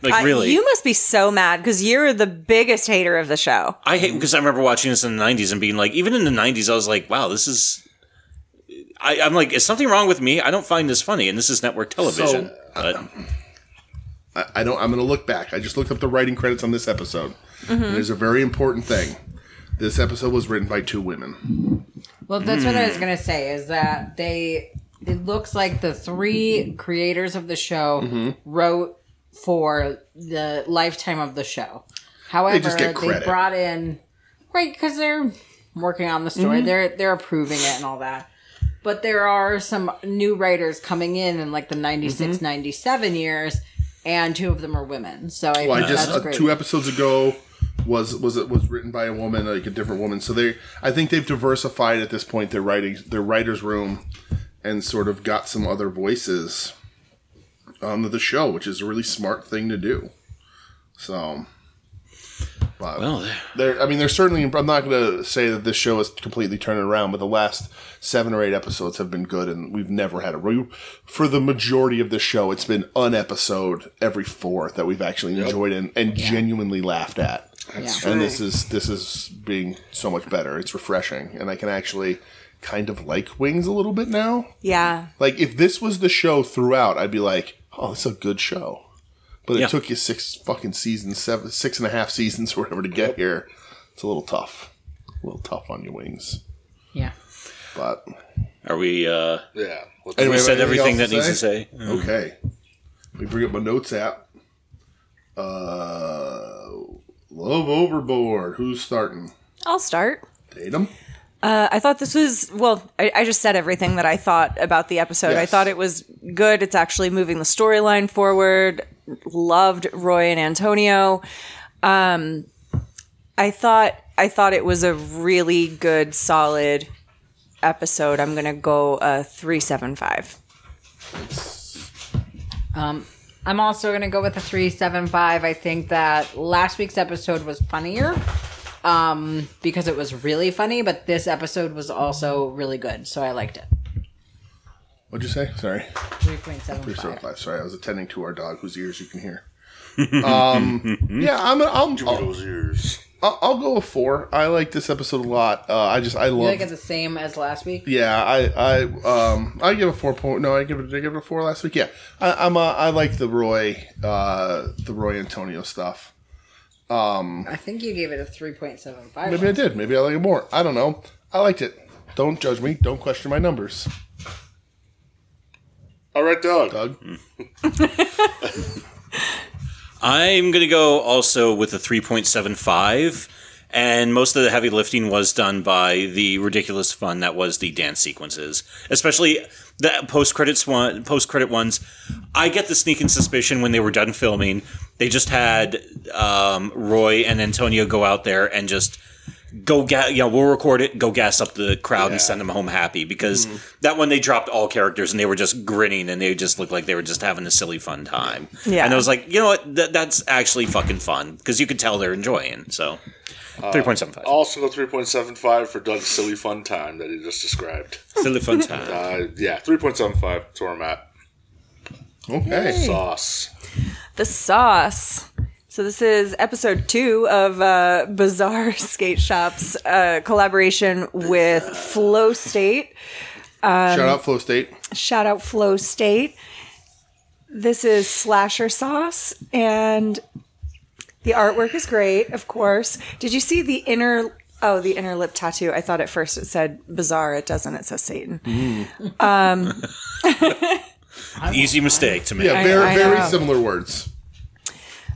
Speaker 1: Like
Speaker 3: Uh,
Speaker 1: really,
Speaker 3: You must be so mad because you're the biggest hater of the show.
Speaker 1: I hate because I remember watching this in the '90s and being like, even in the '90s, I was like, wow, this is. I, I'm like, is something wrong with me? I don't find this funny, and this is network television.
Speaker 4: So-
Speaker 1: but
Speaker 4: I, I don't. I'm going to look back. I just looked up the writing credits on this episode.
Speaker 5: Mm-hmm.
Speaker 4: And there's a very important thing. This episode was written by two women.
Speaker 5: Well, that's what I
Speaker 4: Hmm.
Speaker 5: was gonna say is that they it looks like the three creators of the show
Speaker 4: Mm-hmm.
Speaker 5: wrote for the lifetime of the show. However, they,
Speaker 4: just get credit.
Speaker 5: brought in right because they're working on the
Speaker 4: Mm-hmm.
Speaker 5: story. They're they're approving it and all that. But there are some new writers coming in in like the 96,
Speaker 4: Mm-hmm.
Speaker 5: 97 years, and two of them are women. So I,
Speaker 4: Well,
Speaker 5: think
Speaker 4: I just
Speaker 5: that's
Speaker 4: uh,
Speaker 5: great.
Speaker 4: two episodes ago was was it was written by a woman, like a different woman. So they, I think they've diversified at this point their writing, their writers' room, and sort of got some other voices on the show, which is a really smart thing to do. So, but-
Speaker 1: well, Oh, there-
Speaker 4: there i mean there's certainly i'm not going to say that this show is completely turning around but the last seven or eight episodes have been good and we've never had a we, for the majority of the show it's been an episode every four that we've actually enjoyed and, and genuinely laughed at
Speaker 5: Yeah.
Speaker 4: and this is this is being so much better it's refreshing and i can actually kind of like wings a little bit now
Speaker 3: Yeah.
Speaker 4: like if this was the show throughout, I'd be like, "Oh, it's a good show," but it
Speaker 1: Yeah.
Speaker 4: took you six fucking seasons, seven, six and a half seasons [laughs] or whatever to get here. It's a little tough, a little tough on your wings.
Speaker 5: yeah.
Speaker 4: But
Speaker 1: are we? Uh,
Speaker 2: Yeah. What's
Speaker 4: Anyway,
Speaker 1: we said
Speaker 4: anything
Speaker 1: everything that
Speaker 4: else to
Speaker 1: needs to say.
Speaker 4: okay, let me bring up my notes app. Uh, Love Overboard. Who's starting?
Speaker 3: I'll start.
Speaker 4: Tatum.
Speaker 3: Uh, I thought this was well. I, I just said everything that I thought about the episode. I
Speaker 4: Yes.
Speaker 3: thought it was good. It's actually moving the storyline forward. Loved Roy and Antonio. Um, I thought I thought it was a really good, solid episode. I'm gonna go uh, three seven five.
Speaker 5: I'm also going to go with a 375. I think that last week's episode was funnier um, because it was really funny, but this episode was also really good. So I liked it.
Speaker 4: What'd you say? Sorry.
Speaker 5: 3.75.
Speaker 4: Five. Sorry, I was attending to our dog whose ears you can hear. um, yeah, I'm. I'm
Speaker 2: those ears?
Speaker 4: I'll, I'll go a four. I like this episode a lot. Uh, I just I
Speaker 5: You
Speaker 4: love.
Speaker 5: like it the same as last week?
Speaker 4: yeah, I I um I give a four point. No, I give it. Did I give it a four last week? Yeah, I, I'm. Uh, I like the Roy, uh, the Roy Antonio stuff.
Speaker 5: I think you gave it a 3.75.
Speaker 4: Maybe I did. Maybe I like it more. I don't know. I liked it. Don't judge me. Don't question my numbers.
Speaker 2: All right, Doug.
Speaker 4: Doug,
Speaker 1: I'm going to go also with a 3.75. And most of the heavy lifting was done by the ridiculous fun that was the dance sequences, especially the post credits one, post credit ones. I get the sneaking suspicion when they were done filming, they just had um, Roy and Antonio go out there and just go gas. You know, we'll record it, go gas up the crowd, and send them home happy because that one they dropped all characters and they were just grinning and they just looked like they were just having a silly fun time.
Speaker 3: Yeah.
Speaker 1: and I was like, you know what? Th- that's actually fucking fun because you could tell they're enjoying. So, three point seven five.
Speaker 2: Also, go 3.75 for Doug's silly fun time that he just described.
Speaker 1: Silly fun time.
Speaker 2: Uh, yeah, 3.75 to where I'm at.
Speaker 4: okay,
Speaker 2: Sauce.
Speaker 3: The sauce. So this is episode two of uh, Bizarre [laughs] Skate Shop's uh, collaboration with Flow State. Um,
Speaker 4: shout out Flow State.
Speaker 3: shout out Flow State. This is Slasher Sauce, and the artwork is great, of course. Did you see the inner? Oh, the inner lip tattoo. I thought at first it said bizarre. It doesn't. It says Satan.
Speaker 1: Easy mistake to make.
Speaker 4: Yeah, very
Speaker 3: I
Speaker 4: very
Speaker 3: know.
Speaker 4: similar words.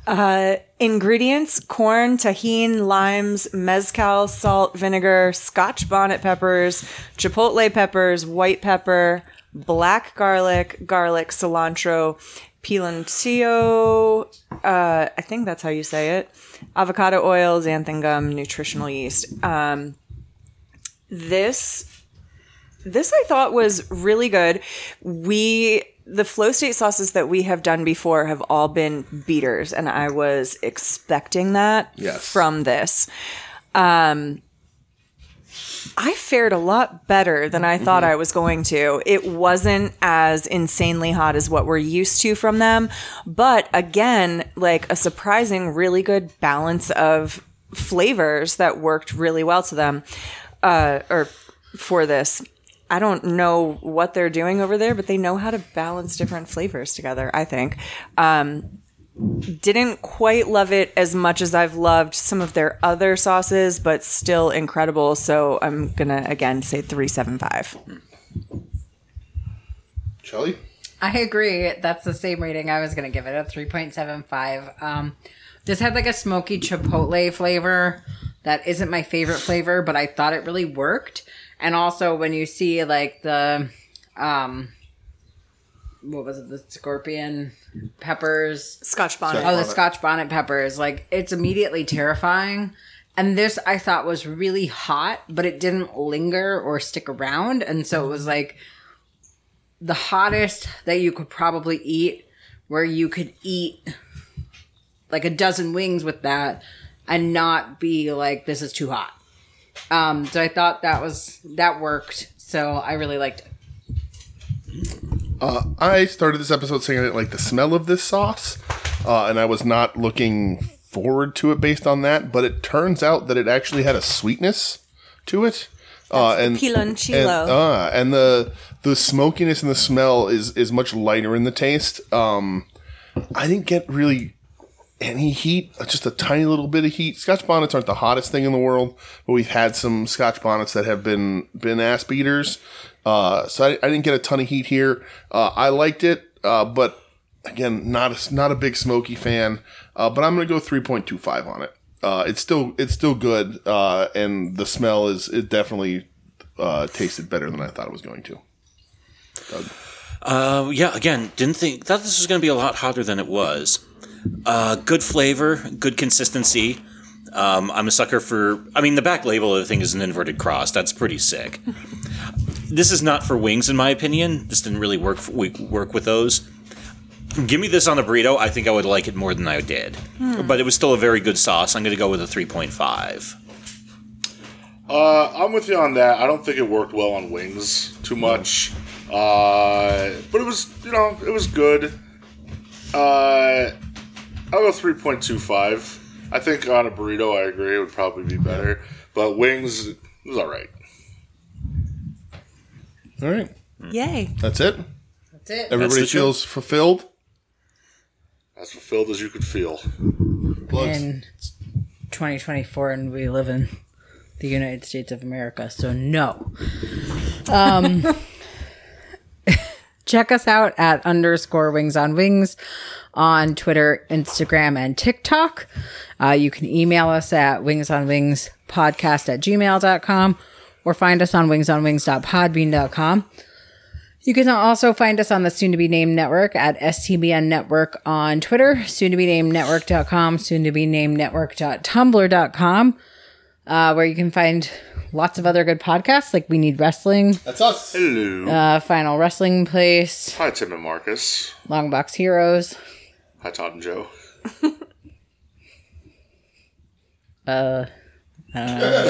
Speaker 3: Uh, Ingredients: corn, tahine, limes, mezcal, salt, vinegar, Scotch bonnet peppers, chipotle peppers, white pepper, black garlic, garlic, cilantro, piloncillo. Uh, I think that's how you say it. Avocado oil, xanthan gum, nutritional yeast. Um, this this I thought was really good. We the flow state sauces that we have done before have all been beaters, and I was expecting that
Speaker 4: Yes.
Speaker 3: from this. Um, I fared a lot better than I thought I was going to. It wasn't as insanely hot as what we're used to from them, but again, like a surprising, really good balance of flavors that worked really well to them, uh, or for this. I don't know what they're doing over there, but they know how to balance different flavors together, I think. Um, didn't quite love it as much as I've loved some of their other sauces, but still incredible. So I'm going to, again, say 375.
Speaker 4: Shelly?
Speaker 5: I agree. That's the same rating I was going to give it a 3.75. Um, this had like a smoky chipotle flavor that isn't my favorite flavor, but I thought it really worked. And also, when you see like the, um, what was it, the scorpion peppers?
Speaker 3: Scotch bonnet.
Speaker 5: Oh, the
Speaker 4: Bonnet.
Speaker 5: Scotch bonnet peppers. Like it's immediately terrifying. And this I thought was really hot, but it didn't linger or stick around. And so it was like the hottest that you could probably eat, where you could eat like a dozen wings with that and not be like, this is too hot. Um, so I thought that was that worked. So I really liked it.
Speaker 4: I started this episode saying I didn't like the smell of this sauce, uh, and I was not looking forward to it based on that. But it turns out that it actually had a sweetness to it, uh, and
Speaker 3: piloncillo.
Speaker 4: and, uh, and the the smokiness and the smell is is much lighter in the taste. Um, I didn't get really any heat, uh, just a tiny little bit of heat. Scotch bonnets aren't the hottest thing in the world, but we've had some Scotch bonnets that have been been ass beaters. Uh, so I, I didn't get a ton of heat here. Uh, I liked it, uh, but again, not a, not a big smoky fan. Uh, but I'm gonna go 3.25 on it. Uh, it's still it's still good, uh, and the smell is it definitely uh, tasted better than I thought it was going to.
Speaker 1: Uh, yeah, again, didn't think thought this was going to be a lot hotter than it was. Uh, good flavor, good consistency. Um, I'm a sucker for. I mean, the back label of the thing is an inverted cross. That's pretty sick. this is not for wings, in my opinion. This didn't really work for, work with those. Give me this on a burrito. I think I would like it more than I did. But it was still a very good sauce. I'm going to go with a 3.5.
Speaker 2: Uh, I'm with you on that. I don't think it worked well on wings too much, uh, but it was you know it was good. Uh, I'll go three point two five. I think on a burrito, I agree, it would probably be better. But wings it was all right.
Speaker 4: All right,
Speaker 3: Yay.
Speaker 4: that's it.
Speaker 5: That's it.
Speaker 4: Everybody
Speaker 1: the show.
Speaker 4: feels fulfilled.
Speaker 2: As fulfilled as you could feel.
Speaker 4: Plugs.
Speaker 5: in 2024 and we live in the United States of America. So no. Um, [laughs] check us out at underscore wings on wings on Twitter, Instagram, and TikTok. Uh, you can email us at wings on wings podcast at gmail.com or find us on wings on wings.podbean.com. You can also find us on the Soon to Be Named Network at STBN Network on Twitter, soon to be named network.com, soon to be named network.tumblr.com, uh, where you can find lots of other good podcasts like We Need Wrestling,
Speaker 4: That's us.
Speaker 2: Hello.
Speaker 5: uh, Final Wrestling Place,
Speaker 2: Hi, Tim and Marcus.
Speaker 5: Long Box Heroes,
Speaker 2: Hi, Todd and Joe.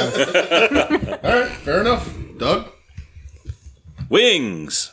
Speaker 4: All right, fair enough. Doug.
Speaker 1: Wings!